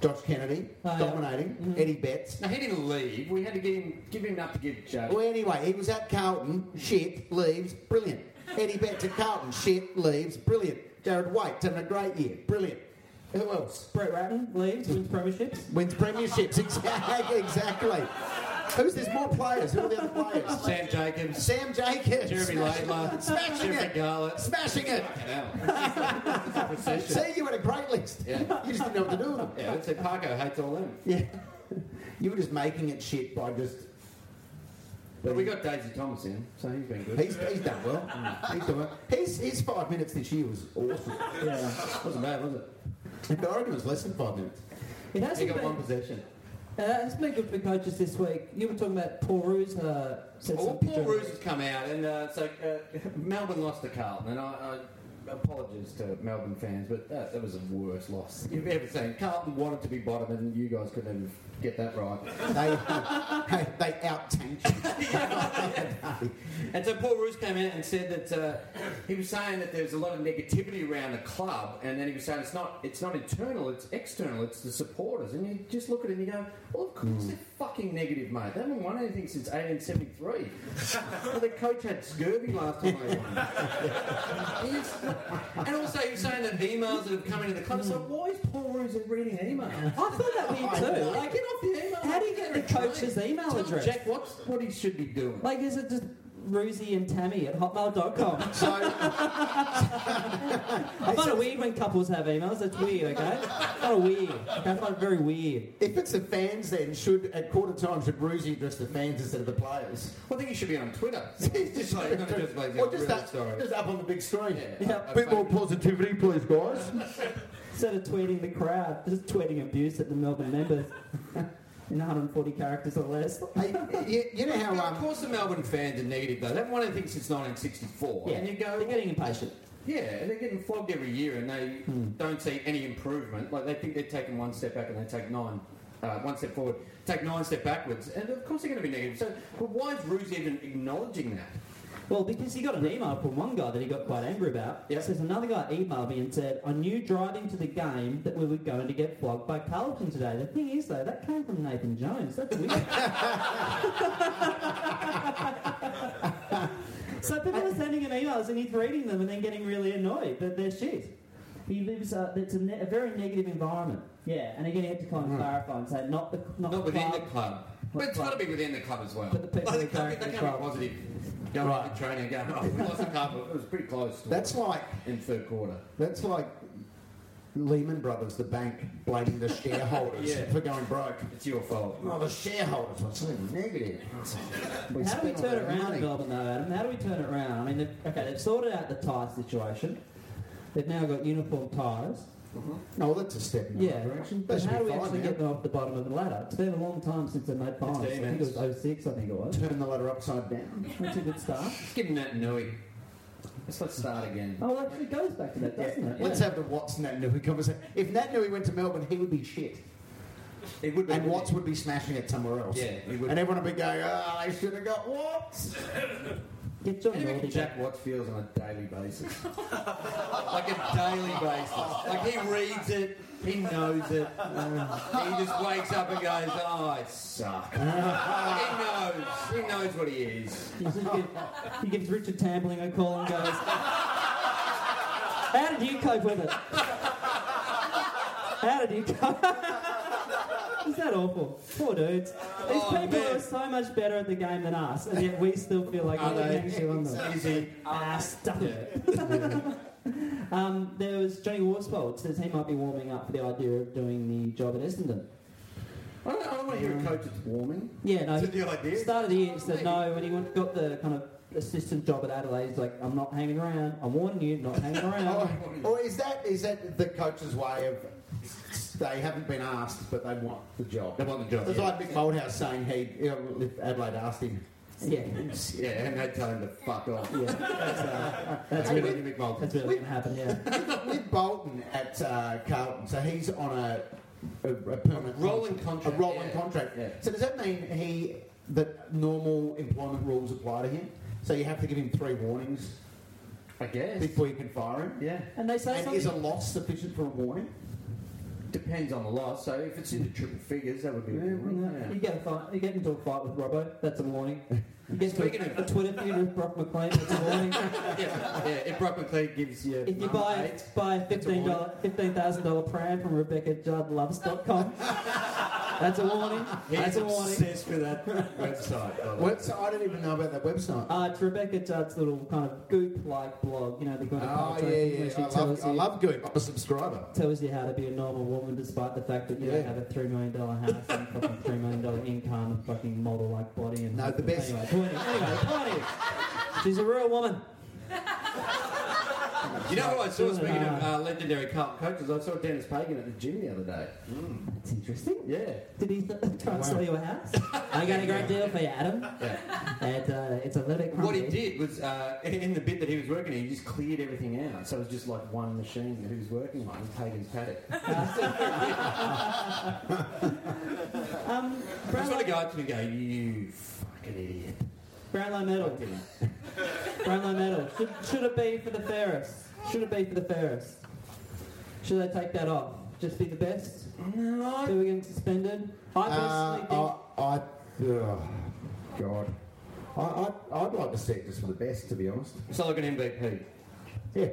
C: Josh Kennedy
A: Oh, yeah.
C: dominating, Eddie Betts,
B: Now he didn't leave. We had to get him, give him up to give Judge.
C: Well, anyway, he was at Carlton, shit, leaves, brilliant. Eddie Betts at Carlton, shit, leaves, brilliant. Jared Waite's having a great year, brilliant. Who else?
A: Brett Ratton leaves, wins premierships.
C: Wins premierships, exactly. exactly. Who's there's more players? Who are the other players?
B: Sam Jacobs,
C: Sam Jacobs.
B: Jeremy Laidler,
C: Smashing
B: Jeffrey
C: it.
B: Garlett.
C: Smashing it.
B: Procession.
C: See, you had a great list.
B: Yeah.
C: You just didn't know what to do with them.
B: Yeah, let's say Parko hates all them.
C: Yeah. You were just making it shit by just.
B: But we got Daisy Thomas in, so he's been good.
C: He's, he's done well.
B: Mm.
C: He's done well. His, his five minutes this year was awesome.
A: Yeah.
B: wasn't bad, was it?
C: But I reckon it was less than five minutes.
A: It
B: He
A: hasn't
B: got
A: been,
B: one possession.
A: uh, it's been good for coaches this week. You were talking about Paul Roos. Uh, said
B: Well,
A: something
B: Oh, Paul
A: during-
B: Roos has come out, and uh, so uh, Melbourne lost to Carlton, and I, I apologies to Melbourne fans, but that, that was the worst loss you've ever seen. Carlton wanted to be bottom, and you guys could never get that right.
C: They, they, they out tanked you.
B: And so Paul Roos came out and said that uh, he was saying that there's a lot of negativity around the club, and then he was saying it's not it's not internal, it's external, it's the supporters. And you just look at it and you go, well, of course they're fucking negative, mate. They haven't won anything since 1873. well, the coach had scurvy last time they won. He is- and also he was saying that emails that have come into the club. So why is Paul Roos reading emails?
A: I thought that would be too. Like,
B: get off the email.
A: How do you get the coach's email
B: Tell
A: address?
B: Jack what's, what he should be doing.
A: Like, is it just Rusie and Tammy at hotmail.com.
C: So,
A: I find it weird when couples have emails. That's weird, okay? It's kind of weird. Okay? I find it very weird.
C: if it's the fans, then should at quarter time should Bruzy address the fans instead of the players?
B: Well, I think you should be on Twitter. It's just like, not just like,
C: or just,
B: really
C: up,
B: sorry.
C: just up on the big screen.
A: Yeah.
C: A bit more positivity, please, guys.
A: Instead of tweeting the crowd, just tweeting abuse at the Melbourne members in 140 characters or less.
C: Hey, you, you know how
B: Of
C: um,
B: course, the Melbourne fans are negative, though. They've won anything since 1964.
A: Yeah,
B: And you
A: they're
B: go,
A: getting impatient.
B: yeah, and they're getting flogged every year and they don't see any improvement. Like, they think they're taking one step back and they take nine. Uh, one step forward, take nine step backwards, and of course they're going to be negative. So, but why is Ruse even acknowledging that?
A: Well, because he got an email from one guy that he got quite angry about.
B: Yeah.
A: Says another guy emailed me and said, I knew driving to the game that we were going to get flogged by Carlton today. The thing is, though, that came from Nathan Jones. That's weird. so people are sending him emails and he's reading them and then getting really annoyed that they're shit.
D: He lives. Uh, it's a, ne- a very negative environment. Yeah, and again, you have to kind of clarify and say not the not,
B: Not
D: the
B: within
D: club.
B: the club.
D: What
B: But it's
D: club?
B: got to be within the club as well.
D: But the people
B: Like,
D: who
B: they
D: go
B: can't be-
D: to
B: they can't
D: club.
B: be positive. Go right. the trainer going, oh, we lost the club. It was pretty close. to
C: that's like
B: in third quarter.
C: that's like Lehman Brothers, the bank, blaming the shareholders
B: Yeah.
C: for going broke.
B: It's your fault.
C: Oh, the shareholders were so negative. We
A: How do we
C: spent all
A: turn it
C: that
A: around
C: money.
A: in Melbourne, though, Adam? How do we turn it around? I mean, they've, okay, they've sorted out the tie situation. They've now got uniform ties.
C: No, well, that's a step in the
A: Yeah.
C: right direction. That
A: But
C: should
A: how do
C: be
A: we
C: fine
A: actually
C: now.
A: get them off the bottom of the ladder? It's been a long time since they made finals. I
B: Fifteen
A: think it was 06, I think it was.
C: Turn the ladder upside down.
A: That's a good start.
B: Just give him that Nui. Let's, let's start again.
D: Oh, well, actually, it goes back to that, doesn't it?
C: Let's
D: Yeah.
C: have the Watts Nat Nui conversation. If Nat Nui went to Melbourne, he would be shit.
B: It would be.
C: And Watts would be smashing it somewhere else.
B: Yeah, he would.
C: And everyone would be going, oh, they should have got Watts.
A: Get John
B: How do
A: Doherty
B: you reckon
A: back.
B: Jack Watts feels on a daily basis? like a daily basis. Like he reads it, he knows it. he just wakes up and goes, oh, I suck. he knows. He knows what he is.
A: He gives- He gives Richard Tambling a call and goes, How did you cope with it? How did you cope? Is that awful? Poor dudes. These
B: Oh,
A: people
B: man.
A: are so much better at the game than us, and yet we still feel like
B: Are
A: we're
B: they?
A: actually on them.
B: Is he?
A: Ah, stop it. Um, there was Johnny Worsfold says he might be warming up for the idea of doing the job at Essendon.
B: I don't, I don't want to hear a coach that's warming.
A: Yeah, no,
B: Is
A: he
B: it the idea?
A: started the year and said no. When he went, got the kind of assistant job at Adelaide, he's like, I'm not hanging around. I'm warning you, not hanging
B: Oh.
C: Or,
A: around.
C: or is that is that the coach's way of they haven't been asked, but they want the job?
B: They want the job,
C: It's
B: yeah.
C: like Mick Moldhouse saying he, you know, if Adelaide asked him,
A: yeah,
B: Yeah, and they tell him to fuck off.
A: yeah. That's, uh, that's
B: Hey,
A: really,
B: Andy McMullen.
A: that's really gonna happen. Yeah.
C: with Bolton at uh, Carlton, so he's on a, a, a permanent
B: Rolling
C: A
B: contract,
C: rolling
B: yeah.
C: contract.
B: Yeah.
C: So does that mean he that normal employment rules apply to him? So you have to give him three warnings
B: I guess.
C: before you can fire him.
B: Yeah.
A: And they say
C: And is a
A: something.
C: loss sufficient for a warning?
B: Depends on the loss. So if it's in the triple figures, that would be.
A: You get a fight. You get into a fight with Robbo. That's a warning. You get into
B: Speaking
A: a,
B: of-
A: a Twitter feud with Brock McLean. That's a warning.
B: Yeah, yeah. If Brock McLean gives you.
A: If you
B: number
A: buy
B: eight,
A: buy a
B: That's a
A: fifteen dollar fifteen thousand dollar pram from RebeccaJuddLoves.com, that's a warning.
B: he's
A: That's a warning.
B: obsessed with that website. by the way.
C: Website, I don't even know about that website.
B: Oh,
A: Uh, it's Rebecca Judd's little kind of goop-like blog, you know, the kind of
C: Oh
A: cartoon
C: yeah, yeah.
A: where she
C: I
A: tells
C: love, I
A: you
C: love Goop. I'm a subscriber.
A: tells you how to be a normal woman despite the fact that you
C: Yeah.
A: don't have a three million dollar house and fucking three million dollar income and fucking model like body and
C: No, the best-
A: Anyway, point is, anyway, point is, she's a real woman.
B: You know who I saw
A: Doing it
B: speaking of
A: hard.
B: uh, legendary Carlton coaches? I saw Dennis Pagan at the gym the other day.
A: That's interesting.
B: Yeah.
A: Did he th- try and sell you a house? I got a great deal for you, Adam. And, uh, it's a little bit
B: What he
A: crumbly.
B: did was, uh, in the bit that he was working in, he just cleared everything out. So it was just like one machine that he was working on, Pagan's paddock.
A: Um,
B: I just
A: Brownlow,
B: want to go up to him and go, you fucking idiot.
A: Brownlow medal. Brownlow medal. Should, should it be for the fairest? Should it be for the fairest? Should they take that off? Just be the best?
B: No,
A: So we're getting suspended? I personally think...
C: Uh, I, I, oh, God, I, I, I'd like to see it just for the best, to be honest.
B: So like an MVP.
C: Yeah.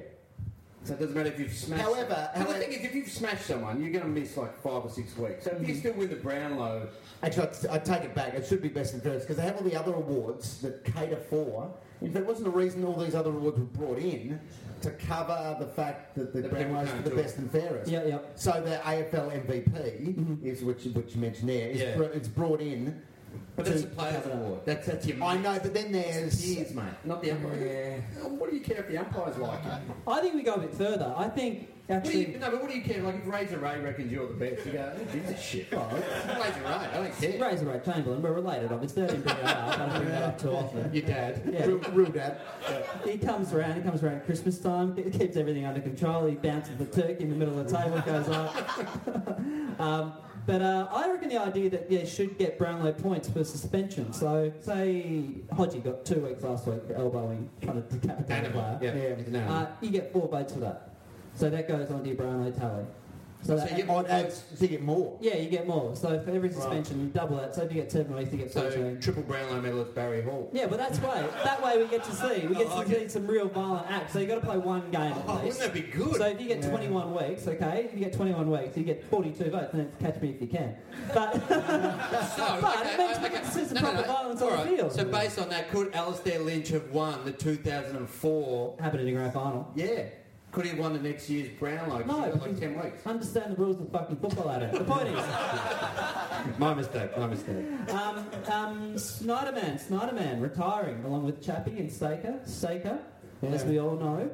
B: So it doesn't matter if you've smashed.
C: However-
B: and the
C: however-
B: thing is, if you've smashed someone, you're going to miss like five or six weeks. So if
C: Mm.
B: you still win the Brownlow,
C: Actually, I I take it back. It should be best and fairest because they have all the other awards that cater for. If there wasn't a reason all these other awards were brought in to cover the fact that the
B: That
C: Brown
B: people
C: Rose
B: can't
C: for the
B: do it.
C: best and fairest.
A: Yeah, yep.
C: So the AFL MVP is which which you mentioned there. Is
B: Mm-hmm. Yeah.
C: br- it's brought in.
B: but
C: to
B: that's a player's
C: cover-
B: award. That's that's your.
C: I know, but then
B: It's
C: there's
B: years, mate. Not the umpire. What do you care if the umpires like you?
A: I think we go a bit further. I think
B: What do
A: actually.
B: you, no, but what do you care? Like if Razor Ray reckons you're the best, you go, who gives a shit? Razor Ray, I don't care.
A: Razor Ray Chamberlain, we're related, obviously. I didn't bring that up. I don't bring that up too often.
B: Your dad.
A: Yeah.
C: real, real dad.
A: He comes around, he comes around at Christmas time, he keeps everything under control, he bounces the turkey in the middle of the table, goes up. um, but uh, I reckon the idea that yeah, you should get Brownlow points for suspension. So, say Hodgie got two weeks last week for elbowing, trying to decapitate a player.
B: Yeah. yeah. No.
A: Uh, you get four votes for that. So that goes on to your Brownlow tally. So, that,
B: So you get-
C: Odd adds to get more.
A: yeah, you get more. So for every suspension, you double that. So if you get seven weeks, you get
B: so
A: 14.
B: triple Brownlow medalist Barry Hall.
A: Yeah, but that's way. That way we get to see. We get
B: I like
A: to see some real violent acts. So you got to play one game
B: Oh,
A: at
B: wouldn't
A: least.
B: that be good?
A: So if you get 21 weeks, okay, if you get 21 weeks, you get 42 votes, and it's catch me if you can. But
B: So,
A: But it means we can see some proper violence on
B: All
A: the field.
B: So based on that, could Alistair Lynch have won the 2004?
A: happened in a grand final.
B: Yeah. Could he have won the next year's Brownlow? 'Cause
A: No,
B: he got like
A: because-
B: 10 weeks.
A: Understand the rules of fucking football, I don't. The point is,
B: My mistake, my mistake.
A: um, um, Snyderman, Snyderman retiring along with Chappie and Staker. Staker, as
C: Yeah.
A: we all know,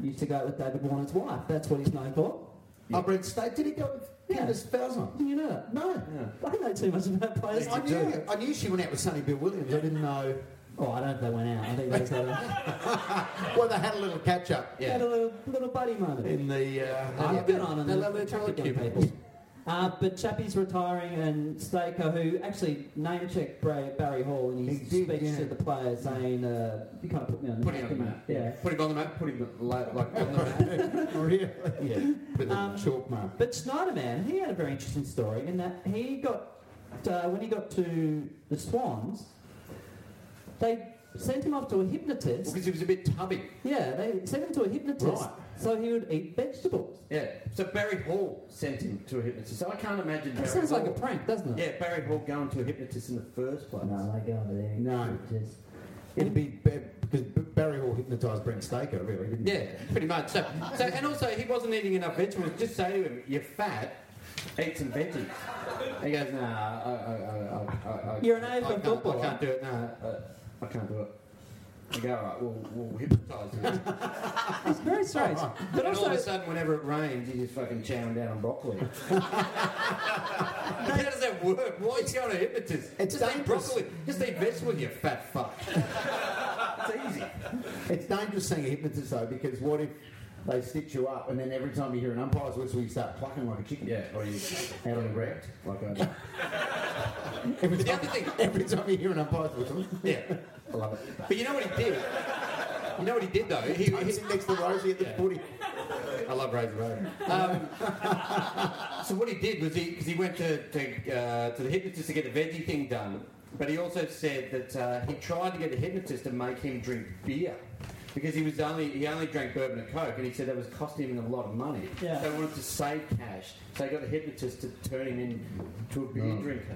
A: used to go out with David Warner's wife. That's what he's known for.
C: I read Oh, state. Did he go with
A: Yeah.
C: Candace Bowser?
A: You know that?
C: No.
A: I know too much about players.
C: I, knew, I knew she went out with Sonny Bill Williams. I didn't know.
A: Oh, I don't know if they went out. I think they just had a-
C: Well, they had a little catch up.
B: Yeah.
A: Had a little, little buddy moment.
C: in the.
A: I've
C: Uh,
A: been on
B: they
A: them.
B: love their talent
A: Good
B: cubes.
A: people. Uh, but Chappie's retiring and Staker, who actually name checked Bra- Barry Hall in his
C: He did,
A: speech
C: yeah.
A: to the players, saying, uh, "You can't put me on the
B: Put
A: map."
B: him on the map.
A: Yeah.
B: Put him on the map, put him like, like on the map.
C: really? Yeah. With a
A: Um,
C: chalk mark.
A: But Schneiderman, he had a very interesting story in that he got uh, when he got to the Swans, they sent him off to a hypnotist.
B: Because he was a bit tubby.
A: Yeah, they sent him to a hypnotist
C: Right.
A: so he would eat vegetables.
B: Yeah. So Barry Hall sent him to a hypnotist. So I can't imagine Barry
A: That sounds like a
B: Hall-
A: prank, doesn't it?
B: Yeah, Barry Hall going to a hypnotist in the first place.
A: like over there.
C: No.
A: Just
C: It'd be ba- because B- Barry Hall hypnotised Brent Staker, really, didn't he?
B: Yeah, pretty much. So, so, and also, he wasn't eating enough vegetables. Just say to him, "You're fat. Eat some veggies." He goes, "Nah, I, I, I, I, I, I
A: You're an
B: I
A: AFL
B: can't-
A: footballer.
B: I can't do it. Nah, I, I can't do it." You go, all right, we'll, we'll hypnotise you.
A: It's very strange. But
B: and all of a
A: also,
B: sudden, whenever it rains, you just fucking chowing down on broccoli. How does that work? Why is he on a hypnotist?
C: It's
B: just eat
C: dangerous.
B: broccoli. Just eat vegetables, you fat fuck. it's easy.
C: It's dangerous seeing a hypnotist, though, because what if they stitch you up and then every time you hear an umpire's whistle, you start plucking like a chicken?
B: Yeah, or you out on the ground like I do.
C: Every
B: But the
C: time,
B: other thing,
C: every time you hear an umpire's whistle,
B: Yeah, I love it. But you know what he did? You know what he did though? He,
C: I'm
B: he-
C: sitting next to Rosie at the
B: Yeah.
C: footy.
B: I love Razor Road. Um, so what he did was he, cause he went to to, uh, to the hypnotist to get the veggie thing done, but he also said that uh, he tried to get the hypnotist to make him drink beer. Because he was only he only drank bourbon and coke, and he said that was costing him a lot of money.
A: Yeah.
B: They wanted to save cash, so they got the hypnotist to turn him into a beer drinker.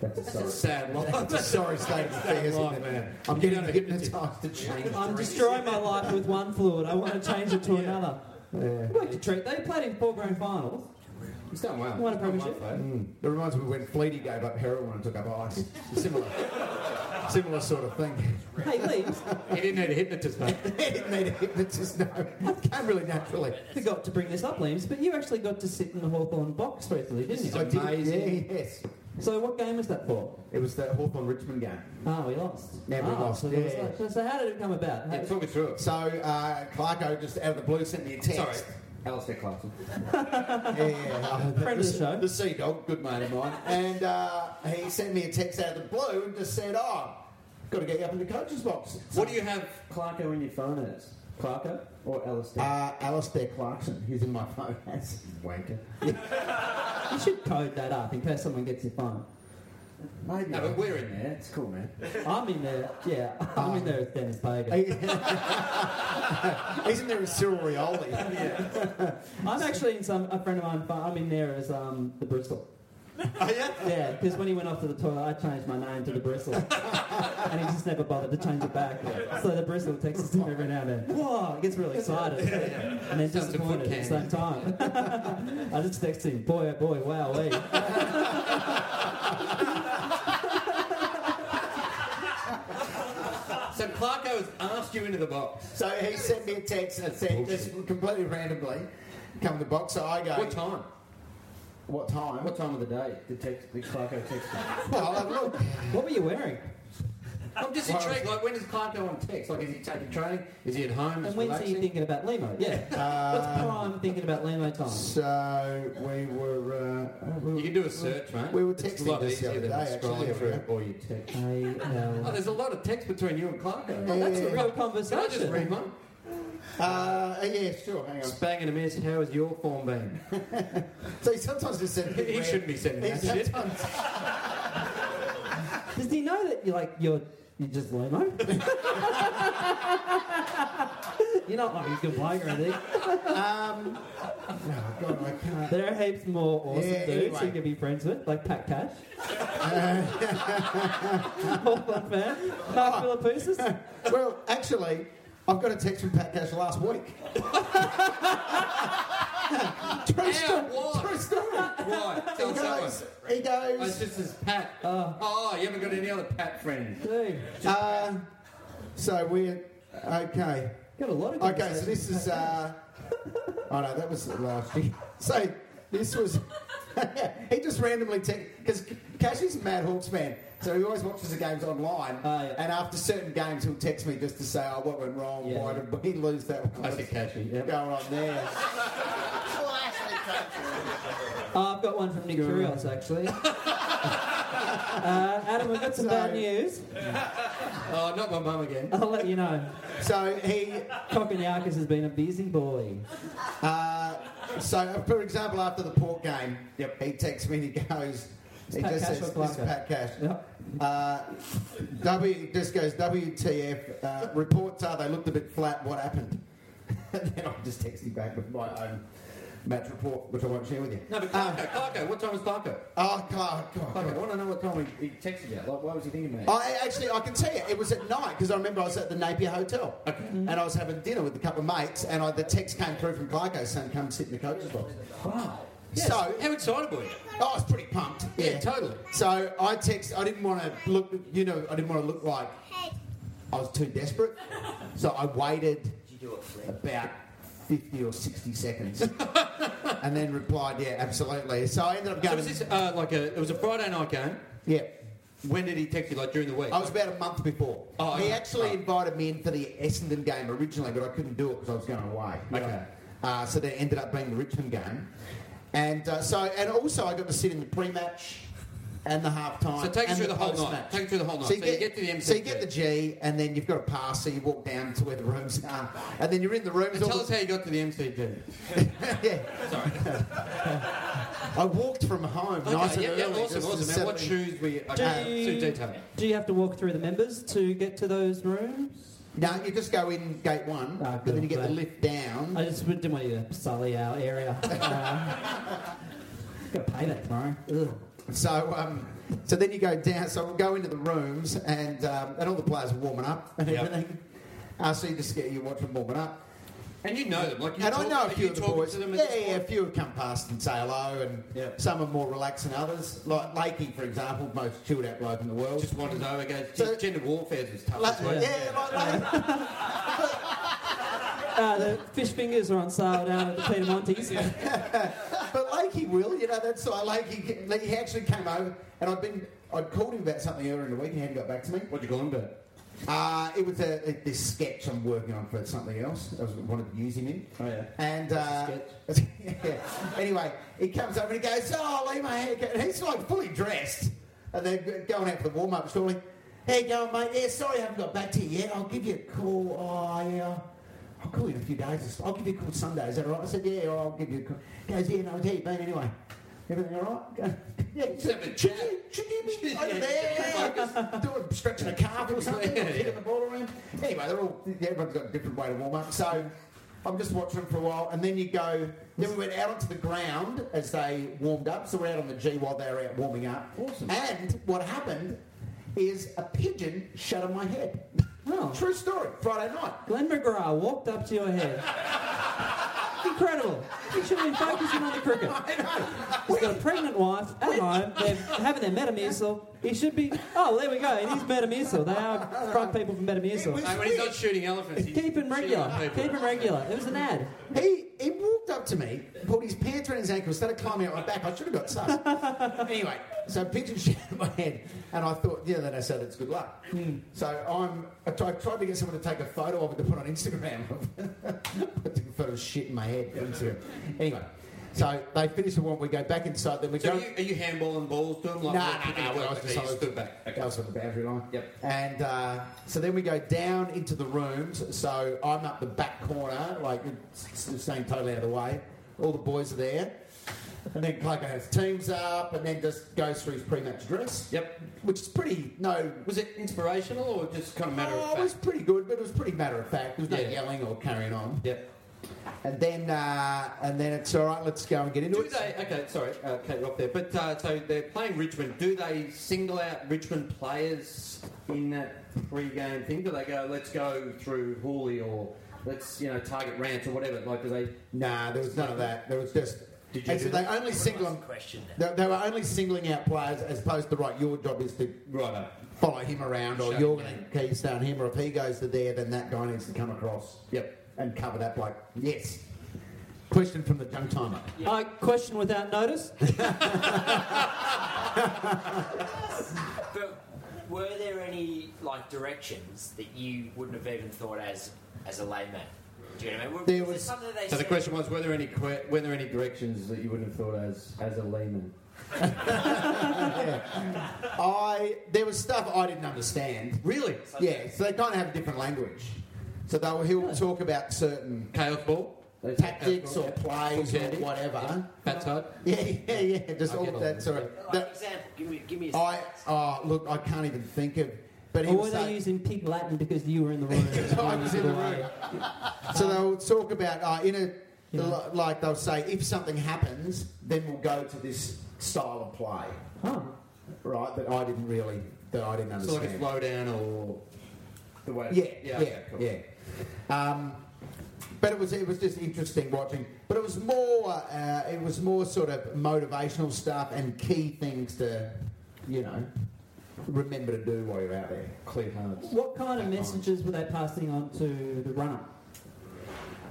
C: That's a
B: That's a
C: sorry.
B: sad life.
C: That's a sorry state of affairs,
B: life,
C: isn't it?
B: man.
C: I'm
B: You
C: getting
B: know,
C: hypnotised to change.
A: I'm
C: drinks.
A: destroying my life with one fluid. I want to change it to another.
C: Yeah.
A: Look, you treat. They played in four grand finals.
B: He's done well.
A: Won a
B: He's done
A: premiership.
B: well, though.
C: It Hmm. reminds me when Fleety gave up heroin and took up ice. Similar, similar sort of thing.
A: Hey, Leeds
B: He didn't need a hypnotist, mate.
C: They didn't need a hypnotist, no. It came really naturally.
A: forgot to bring this up, Leeds, but you actually got to sit in the Hawthorn box recently, didn't you?
B: This is
C: did,
B: amazing.
C: yeah, yes.
A: So what game was that for?
C: It was the Hawthorn Richmond game.
A: Ah, we lost.
C: Yeah, we
A: Ah,
C: lost,
A: So, there was
C: yeah.
A: that. So- so how did it come about? How-
B: Yeah, talk me through it.
C: So uh, Clarko just out of the blue sent me a text.
B: Sorry, Alistair Clarkson.
C: Yeah, yeah. Uh,
A: Friend of the show.
C: The sea dog, good mate of mine. And uh, he sent me a text out of the blue and just said, oh, got to get you up in the coach's box.
B: What do you have Clarko in your phone as? Clarko or Alistair?
C: Uh, Alistair Clarkson, who's in my phone as.
B: Wanker.
A: You should code that up in case someone gets your phone.
C: Maybe.
B: No, but we're in there. It's cool, man.
A: I'm in there. Yeah, I'm in there with Dennis Bader.
C: He's in there with Cyril Rioli.
A: I'm actually in some. A friend of mine. I'm in there as um the Bristol.
C: Oh, yeah?
A: Yeah, because when he went off to the toilet, I changed my name to the Bristle, and he just never bothered to change it back. So the Bristle takes us to every now and then. Whoa, he gets really excited, and then
B: Sounds a foot
A: disappointed at the same time. I just text him, boy, oh boy, wow, wee.
B: So Clarko has asked you into the box.
C: So he sent me a text and said, just completely randomly, come to the box. So I go,
B: What time?
C: What time?
B: What time of the day did text, did Clarko text you?
C: Well, I'll have a look.
A: What were you wearing?
B: I'm just intrigued. Like, when does Clarko on text? Like, is he taking training? Is he at home? Is
A: And when's he
B: relaxing?
A: thinking about Limo? Yeah, that's prime thinking about Limo time.
C: So we were. Uh, we
B: You
C: were
B: can do a search, mate.
C: We were
B: It's
C: texting
B: a lot
C: this
B: easier
C: the other
B: than
C: day, actually,
B: scrolling
C: yeah,
B: through
C: yeah.
B: all your text. Oh,
A: A-L.
B: there's a lot of text between you and Clarko.
C: Yeah.
A: That's a real
B: Can I just read
A: conversation.
B: one?
C: uh, yeah, sure, hang on.
B: Spang and a miss. How has your form been?
C: So he sometimes just sent me.
B: he
C: random-
B: shouldn't be sending
C: He
B: that shit.
C: sometimes-
A: Does he know that you're like you're you're just Limo? you're not like a good bloke or anything.
C: Oh, God, I can't.
A: There are heaps more awesome
C: Yeah,
A: dudes
C: anyway.
A: you can be friends with, like Pat Cash. All fun fan. Mark Philippoussis.
C: Well, actually, I've got a text from Pat Cash last week. true
B: How?
C: story.
B: Why?
C: True story.
B: Why? Tell
C: He
B: us
C: goes.
B: that
C: He
B: one. Oh, It's
C: goes.
B: just as Pat. oh, you haven't got any other Pat friends.
A: Dude,
C: Uh, so we're okay.
A: got a lot of good
C: Okay, so
A: conversations.
C: this is. Uh, oh no, that was last year. So this was. he just randomly text because Cashie's a Mad Hawks fan, so he always watches the games online.
A: Ah, yeah.
C: And after certain games, he'll text me just to say, "Oh, what went wrong?
A: Yeah.
C: Why did we lose that one?"
B: Classic Cashy.
C: What's going on there?
A: Oh, I've got one from Nick Curios, actually. uh, Adam, we've got some bad
C: Sorry.
A: news.
B: Oh, not my mum again.
A: I'll let you know.
C: So he.
A: Kokonyakis has been a busy boy.
C: Uh, so, for example, after the Port game, he texts me and he goes, he
A: Pat
C: just
A: Cash
C: says,
A: or
C: this is
A: Clarko?"
C: Pat Cash.
A: Yep.
C: Uh, w just goes WTF. Uh, reports are they looked a bit flat. What happened? and then I just text you back with my own match report, which I won't share with you.
B: No, but Clarko, Clarko, what time was Clarko?
C: Oh God, God,
B: Clarko, I
C: God.
B: want to know what time he, he texted you. Like, what was he thinking about?
C: I actually I can tell you it was at night because I remember I was at the Napier Hotel and I was having dinner with a couple of mates and I, the text came through from Glyco saying come sit in the coach's box.
B: Wow.
C: So-
B: how excited were you?
C: I was pretty pumped.
B: Yeah, totally.
C: So I text. I didn't want to look. You know, I didn't want to look like I was too desperate. So I waited about fifty or sixty seconds, and then replied, "Yeah, absolutely." So I ended up
B: So
C: going.
B: was this uh, like a? It was a Friday night game.
C: yeah.
B: When did he text you? Like during the week?
C: I was about a month before.
B: Oh,
C: he
B: okay.
C: actually
B: Oh.
C: invited me in for the Essendon game originally, but I couldn't do it because I was going away.
B: Okay.
C: Uh, so that ended up being the Richmond game, and uh, so and also I got to sit in the pre-match and the halftime.
B: So take us
C: and
B: through the whole night.
C: post-match.
B: Take us through the whole night. So you get to the
C: So you
B: MCG.
C: get the G, and then you've got to pass. So you walk down to where the rooms are, and then you're in the rooms.
B: And
C: all
B: tell
C: the-
B: us how you got to the MCG.
C: yeah.
B: Sorry.
C: I walked from home
B: Okay,
C: nice and
B: yeah, yeah,
C: early.
B: awesome,
C: just to
B: awesome.
C: set
B: And what
C: me-
B: shoes were you? Okay,
A: Do
B: suit
A: Uh, you,
B: detail.
A: do you have to walk through the members to get to those rooms?
C: No, you just go in gate one,
A: Ah,
C: but then
A: good,
C: you get the
A: right.
C: lift down.
A: I just didn't want you to sully uh, our area. Uh, got to pay that tomorrow. Ugh.
C: So, um, so then you go down. So we'll go into the rooms, and um, and all the players are warming up and
B: Yep.
C: everything. Uh, so you just get you watch them warming up,
B: And you know them, like you
C: and
B: talk,
C: I know a
B: are
C: few
B: you
C: of the
B: talking
C: boys.
B: To them at
C: yeah,
B: this
C: yeah, a
B: point?
C: few have come past and say hello, and
B: Yep.
C: some are more relaxed than others. Like Lakey, for example, most chilled out bloke in the world.
B: Just wanted to know. Again,
C: So-
B: gender warfare is tough.
C: La-
B: as
C: yeah,
B: well.
C: like Lakey.
A: Uh, the fish fingers are on sale down at the Peter Monty's.
C: But Lakey will, you know, that's why Lakey, like, he actually came over and I'd been, I'd called him about something earlier in the week and he hadn't got back to me.
B: What'd you call him? But
C: Uh, it was a, a, this sketch I'm working on for something else. I was, wanted to use him in.
B: Oh, yeah.
C: And uh, yeah. anyway, he comes over and he goes, "Oh, I'll leave my haircut." And he's like fully dressed, and they're g- going out for the warm up. Surely, how you going, mate? Yeah, sorry, I haven't got back to you yet. I'll give you a call. Oh, yeah. I'll call you in a few days. I'll give you a call Sunday. Is that all right? I said, yeah, all right, I'll give you a call. He goes, yeah, no, I'll tell you, been anyway.
D: Everything all right? yeah,
C: Should you, should you be over there? Like, doing stretching a calf or something, or kicking the ball around. Anyway, they're all everyone's got a different way to warm up. So I'm just watching for a while, and then you go. Then we went out onto the ground as they warmed up. So we're out on the G while they're out warming up.
B: Awesome.
C: And what happened is a pigeon shut on my head.
A: Oh.
C: True story. Friday night.
A: Glenn McGrath walked up to your head. Incredible. You should have been focusing on the cricket. He's got a pregnant wife at home. They're having their Metamucil. He should be. Oh, there we go. It is Metamucil. They are drug people from Metamucil.
B: No, when he's not shooting elephants, he's
A: Keep him regular.
B: shooting people.
A: Keep him regular. It was an ad.
C: He he walked up to me, pulled his pants around his ankles, started climbing up my back. I should have got sucked. anyway, so pigeon shit in my head, and I thought, yeah, then I said it's good luck.
B: Hmm.
C: So I'm I tried, tried to get someone to take a photo of it to put on Instagram. I took a photo of shit in my head on Instagram. Anyway, so they finish the one, we go back inside, then we
B: So
C: go.
B: are you, are you handballing balls to him?
C: No,
B: Like
C: no,
B: like
C: no. well, I was
B: okay,
C: just
B: you
C: on the-
B: stood back. Okay.
C: I was on the boundary line.
B: Yep.
C: And uh, so then we go down into the rooms. So I'm up the back corner, like s- s- staying totally out of the way. All the boys are there. And then Clarko has teams up and then just goes through his pre-match dress.
B: Yep.
C: Which is pretty, no...
B: Was it inspirational or just kind of matter
C: Oh,
B: of
C: it was
B: fact?
C: pretty good, but it was pretty matter of fact. There was no
B: Yeah.
C: yelling or carrying on.
B: Yep.
C: And then uh, and then it's all right, let's go and get into
B: Do
C: it.
B: they? Okay, sorry, uh, Kate Rock there. But uh, so they're playing Richmond. Do they single out Richmond players in that pre-game thing? Do they go, let's go through Hawley or let's you know target Rance or whatever? Like, do they?
C: Nah, there was none of that. There was just.
B: Did you
C: and so
B: do
C: they only single
E: question then?
C: they, they were only singling out players as opposed to right. Your job is to
B: Right. up.
C: follow him around, or
B: Shut
C: you're
B: him
C: going to keep down him, or if he goes to there, then that guy needs to come across.
B: Yep.
C: and cover that bloke. Yes. Question from the junk timer.
A: Uh, question without notice.
E: But were there any like directions that you wouldn't have even thought as as a layman? Do you know what I mean?
C: There
E: it
C: was-
E: something that they
B: So the
E: said-
B: question was, were there any que- were there any directions that you wouldn't have thought as as a layman?
C: I there was stuff I didn't understand.
B: Really?
C: Yeah, so they kind of have a different language. So they will he'll talk about certain
B: Chaos ball.
C: tactics or plays or
B: Candy?
C: whatever.
B: That's hard.
C: Yeah, yeah, yeah. Just
B: I
C: all
B: get
C: of
B: all
C: that
B: that.
C: sort of.
E: Like,
C: that-
E: example, give me give me a
C: I oh look, I can't even think of. But he
A: Or
C: was
A: were they
C: saying-
A: using pig Latin because you were in the room?
C: I was in the room. So they'll talk about uh, in a
A: Yeah.
C: li- like they'll say if something happens, then we'll go to this style of play,
A: Huh.
C: right? That I didn't really that I didn't
B: So like a
C: understand.
B: slow down or the way.
C: yeah, yeah, yeah.
B: okay, cool.
C: Um, but it was it was just interesting watching. But it was more uh, it was more sort of motivational stuff and key things to you know remember to do while you're out there.
B: Clear hearts.
A: What kind of messages were they passing on to the runner?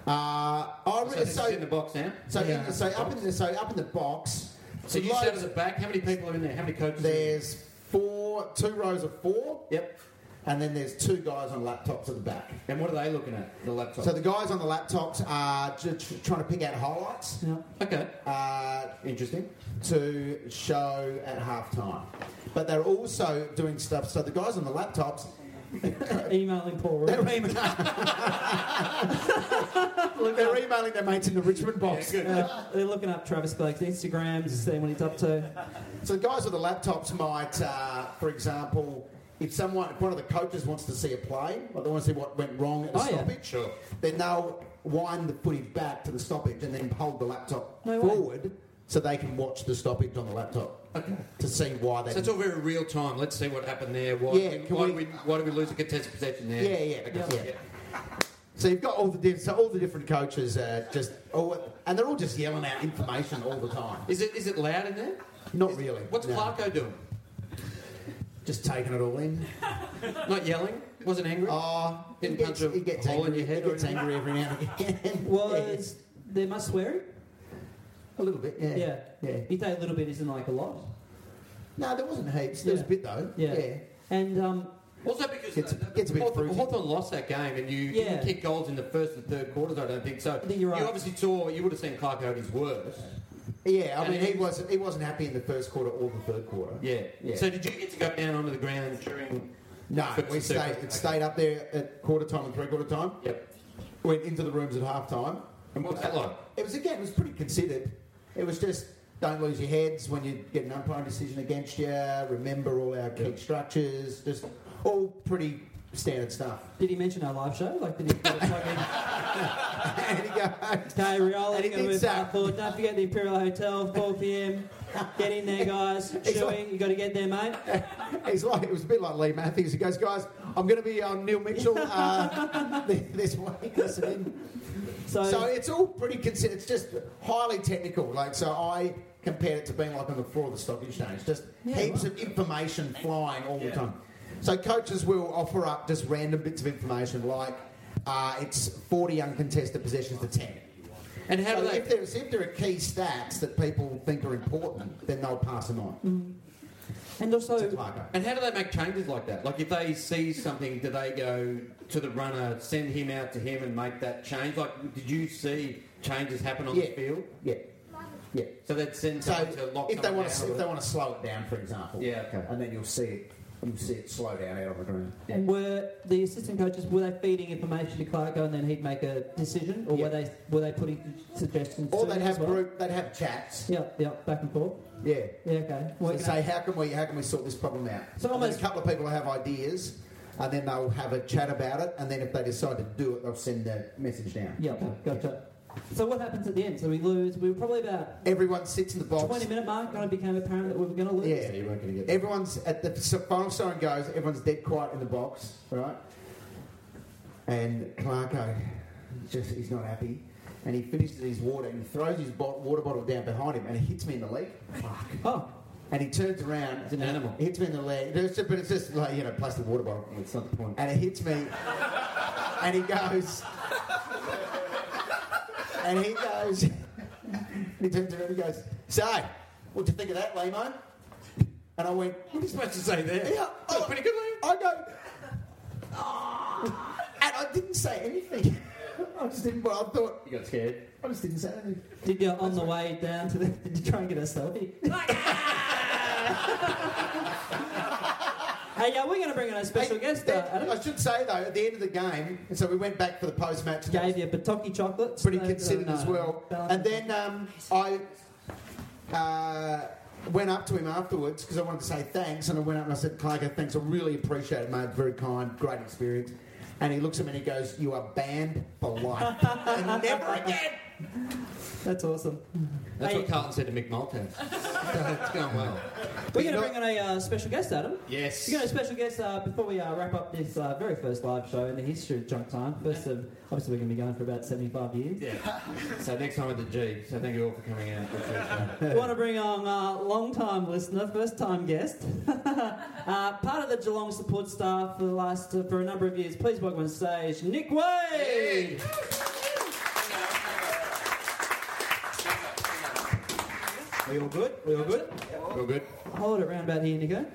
C: Uh, I
B: So,
C: re-
B: this is
C: so
B: in the box now.
C: so, in-
A: Yeah.
C: so up in the so up in the box.
B: So you
C: loads-
B: sat at the back. How many people are in there? How many coaches? are in there?
C: There's four, two rows of four,
B: Yep.
C: and then there's two guys on laptops at the back.
B: And what are they looking at? The laptop.
C: So the guys on the laptops are ju- tr- trying to pick out highlights
A: Yeah.
B: okay.
C: uh,
B: Interesting.
C: to show at halftime. But they're also doing stuff. So the guys on the laptops,
A: Emailing Paul
C: they're,
A: Rudd.
C: emailing they're emailing their mates in the Richmond box.
A: Uh, they're looking up Travis Blake's Instagrams, seeing what he's up to.
C: So the guys with the laptops might, uh, for example, if someone, if one of the coaches wants to see a play, or they want to see what went wrong at the
A: Oh, yeah.
C: stoppage,
B: Sure.
C: then they'll wind the footage back to the stoppage and then hold the laptop
A: No way.
C: forward so they can watch the stoppage on the laptop
B: Okay.
C: to see why they.
B: So it's all very real time. Let's see what happened there. Why,
C: Yeah,
B: did-
C: can
B: why,
C: we-
B: did we, why did we lose a contested possession there?
C: yeah, yeah,
B: Okay,
C: yeah. So you've got all the diff- so all the different coaches uh, just all, and they're all just yelling out information all the time.
B: Is it is it loud in there?
C: Not really.
B: What's
C: no.
B: Clarko doing?
C: Just taking it all in.
B: Not yelling. Wasn't angry.
C: Oh,
B: Didn't
C: he
B: punch
C: gets,
B: a
C: he gets
B: hole in
C: angry.
B: your head
C: he
B: or
C: gets
B: anything?
C: angry every now and again.
A: Was there must swearing?
C: Yeah, a little bit. Yeah.
A: Yeah.
C: yeah.
A: You say a little bit isn't like a lot.
C: No, there wasn't heaps. There was a
A: Yeah.
C: bit though.
A: Yeah. And um,
B: Also because
C: Gets-
B: the- the-
C: gets a bit
B: Hawthorn,
C: fruity.
B: Hawthorn lost that game, and you
A: Yeah.
B: didn't kick goals in the first and third quarters. I don't think so.
A: think you're right.
B: You obviously saw. You would have seen Clarko at his worst.
C: Yeah, I
B: And
C: mean,
B: he-
C: he wasn't he wasn't happy in the first quarter or the third quarter.
B: Yeah.
C: Yeah.
B: So did you get to go down onto the ground during?
C: No,
B: For-
C: we
B: for-
C: stayed.
B: okay.
C: It stayed up there at quarter time and three quarter time.
B: Yep.
C: Went into the rooms at half time.
B: And what was that like?
C: It was again. It was pretty considered. It was just Don't lose your heads when you get an umpiring decision against you. Remember all our key structures. Just all pretty standard stuff.
A: Did he mention our live show? Like, did he? Like,
C: and he goes,
A: okay,
C: And he
A: Riola's going to
C: did
A: move
C: so.
A: up forward. Don't forget the Imperial Hotel, 4 p.m. Get in there, guys.
C: He's like-
A: Chewy, you got to get there, mate.
C: He's like, it was a bit like Lee Matthews. He goes, guys, I'm going to be on Neil Mitchell uh, th- this week. Listen in.
A: So,
C: So it's all pretty considered. It's just highly technical. Like so, I compared it to being like on the floor of the stock exchange. Just heaps of information flying all the time. So coaches will offer up just random bits of information, like uh, it's 40 uncontested possessions to 10.
A: and how
C: So
A: do they?
C: if, there's, if there are key stats that people think are important, then they'll pass them on.
A: And also,
C: It's like a-
B: And how do they make changes like that? Like if they see something, do they go to the runner, send him out to him, and make that change? Like, did you see changes happen on the
C: Yeah.
B: field?
C: Yeah, yeah.
B: So they'd send
C: So
B: someone Mm. to lock
C: if they
B: someone
C: want
B: down
C: to
B: or
C: if they want to slow it down, for example,
B: Yeah, okay.
C: and then you'll see it you'll see it slow down out on the ground.
A: And were the assistant coaches were they feeding information to Clarko and then he'd make a decision, or were
C: Yeah.
A: they were they putting suggestions?
C: Or
A: to him
C: they'd
A: as
C: have
A: well?
C: group, they'd have chats.
A: Yeah, yeah, back and forth.
C: Yeah.
A: Yeah, okay.
C: So
A: Working out-
C: say how can we how can we sort this problem out?
A: So
C: So almost
A: almost-
C: a couple of people have ideas, and then they'll have a chat about it, and then if they decide to do it, they'll send the message down.
A: yeah, gotcha. So what happens at the end? So we lose. We were probably about
C: Everyone sits in the box.
A: twenty minute mark when it became apparent that we were going to lose.
C: Yeah.
B: you weren't going to get
C: Everyone's at the so final siren goes. Everyone's dead quiet in the box, right? And Clarko, just he's not happy, and he finishes his water and he throws his bo- water bottle down behind him, and it hits me in the leg.
A: Oh,
C: And he turns around.
B: It's an animal.
C: It hits me in the leg. It's just- but it's just like, you know, plastic water bottle.
B: It's not the point.
C: And it hits me. and he goes. and he goes. he turns around and he goes, So, what'd you think of that, Lamo? And I went,
B: What are you supposed to say there?
C: Yeah,
B: That's
C: oh.
B: pretty good, Liam.
C: I go. "Ah." and I didn't say anything. I just didn't, but I thought,
B: You got scared.
C: I just didn't say anything.
A: did you on the way down to the? Did you try and get a selfie? hey, yeah, we're going to bring in a special
C: Hey,
A: guest. Uh,
C: then-
A: Adam.
C: I should say, though, at the end of the game, so we went back for the post match.
A: gave you Pataki chocolates.
C: pretty
A: No,
C: considered
A: no,
C: as
A: uh, no.
C: well.
A: Balance
C: And then um, I uh, went up to him afterwards because I wanted to say thanks, and I went up and I said, "Clarko, thanks. I really appreciate it, mate. Very kind, great experience." And he looks at me and he goes, "You are banned for life, and never again."
A: That's awesome.
B: That's
A: Hey.
B: what Carlton said to Mick Malthouse. so it's going well.
A: We're going to
C: not-
A: bring in a uh, special guest, Adam.
B: Yes.
A: We're going to special guest uh, before we uh, wrap up this uh, very first live show in the history of Junk Time. First of, obviously, we're going to be going for about 75 years.
B: Yeah. So next time at the G. So thank you all for coming out.
A: We want to bring on uh, long-time listener, first-time guest, uh, part of the Geelong support staff for the last uh, for a number of years. Please welcome on stage Nick Way.
C: We all good? We all good?
B: All good.
A: Hold it round about here, Nico.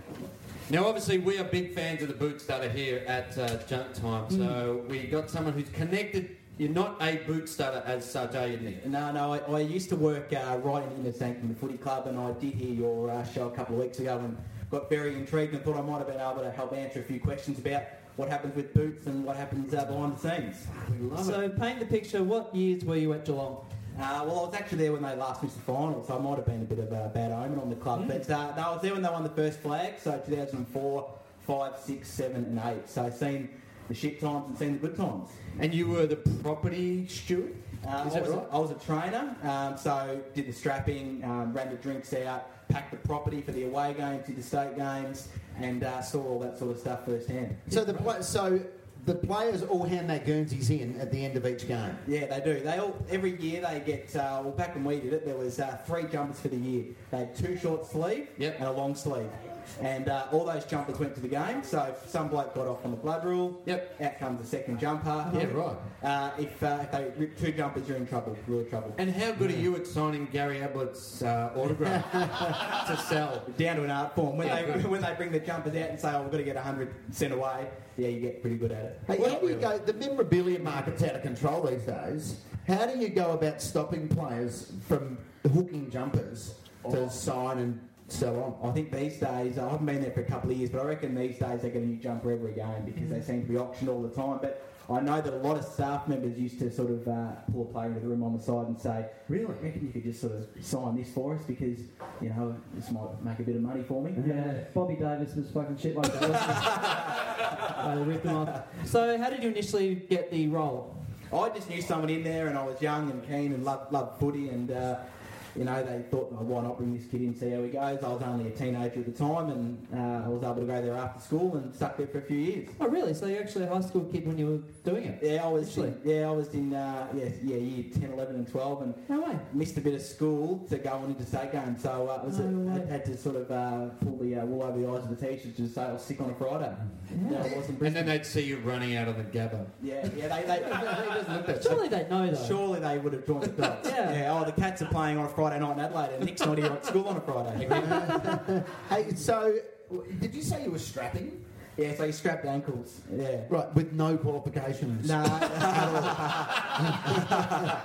B: Now, obviously, we are big fans of the boot starter here at uh, Junk Time. So we got someone who's connected. You're not a boot starter as such, are you, Nick?
D: No, no, I, I used to work uh, right in the Sanctum Footy Club and I did hear your uh, show a couple of weeks ago and got very intrigued and thought I might have been able to help answer a few questions about what happens with boots and what happens uh, behind the scenes. We love
A: So, paint the picture. What years were you at Geelong?
D: Uh, well, I was actually there when they last missed the final, so I might have been a bit of a bad omen on the
A: Hmm.
D: club. But uh, no, I was there when they won the first flag, so 2004, 5, 6, 7 and 8. So seen the shit times and seen the good times.
B: And you were the property steward?
D: Uh,
B: Is
D: I,
B: that
D: was
B: right?
D: a, I was a trainer, um, so did the strapping, um, ran the drinks out, packed the property for the away games, did the state games, and uh, saw all that sort of stuff firsthand.
C: So the pla so the players all hand their guernseys in at the end of each game.
D: Yeah, they do. They all every year they get. Uh, well, back when we did it, there was uh, three jumpers for the year. They had two short sleeve
B: Yep.
D: and a long sleeve, and uh, all those jumpers went to the game. So if some bloke got off on the blood rule,
B: Yep.
D: out comes the second jumper.
B: Yeah, right.
D: Uh, if, uh, if they rip two jumpers, you're in trouble, real trouble.
B: And how good are you at signing Gary Ablett's uh, autograph to sell?
D: Down to an art form. When,
B: Yeah,
D: they,
B: good.
D: when they bring the jumpers out and say, "Oh, we've got to get 100 cent away," yeah, you get pretty good at it.
C: Hey, how do you go? The memorabilia market's out of control these days. How do you go about stopping players from hooking jumpers to sign and
F: So i I think these days, I haven't been there for a couple of years, but I reckon these days they get a new jumper every game because they seem to be auctioned all the time. But I know that a lot of staff members used to sort of uh, pull a player into the room on the side and say, "Really, I reckon you could just sort of sign this for us because you know this might make a bit of money for me."
D: Yeah, Bobby Davis was fucking shit like that. I ripped him off.
A: So, how did you initially get the role?
F: I just knew someone in there, and I was young and keen and loved, loved footy, and uh, you know they thought, oh, why not bring this kid in and see how he goes? I was only a teenager at the time, and uh, I was able to go there after school and stuck there for a few years.
A: Oh, really? So, you're actually a high school kid when you were doing it?
F: Yeah, I was.
A: Actually?
F: In, yeah, I was in. Uh, yeah, yeah, year 10, 11 and twelve, and
A: No way.
F: missed a bit of school to go on into state game. So uh, it was
A: No
F: a,
A: way.
F: had, had to sort of uh, pull the uh, wool over the eyes of the teachers to say I was sick on a Friday. Yeah, I wasn't.
B: And then they'd see you running out of the gather.
F: Yeah, yeah, they, they, they just looked at.
A: Surely they know, though.
F: Surely they would have joined the dots.
A: Yeah.
F: Oh, the Cats are playing on a Friday night in Adelaide, and Nick's not here at school on a Friday.
C: Hey, so w- did you say you were strapping?
F: yeah, so he scrapped ankles. Yeah.
C: Right, with no qualifications.
F: No. no,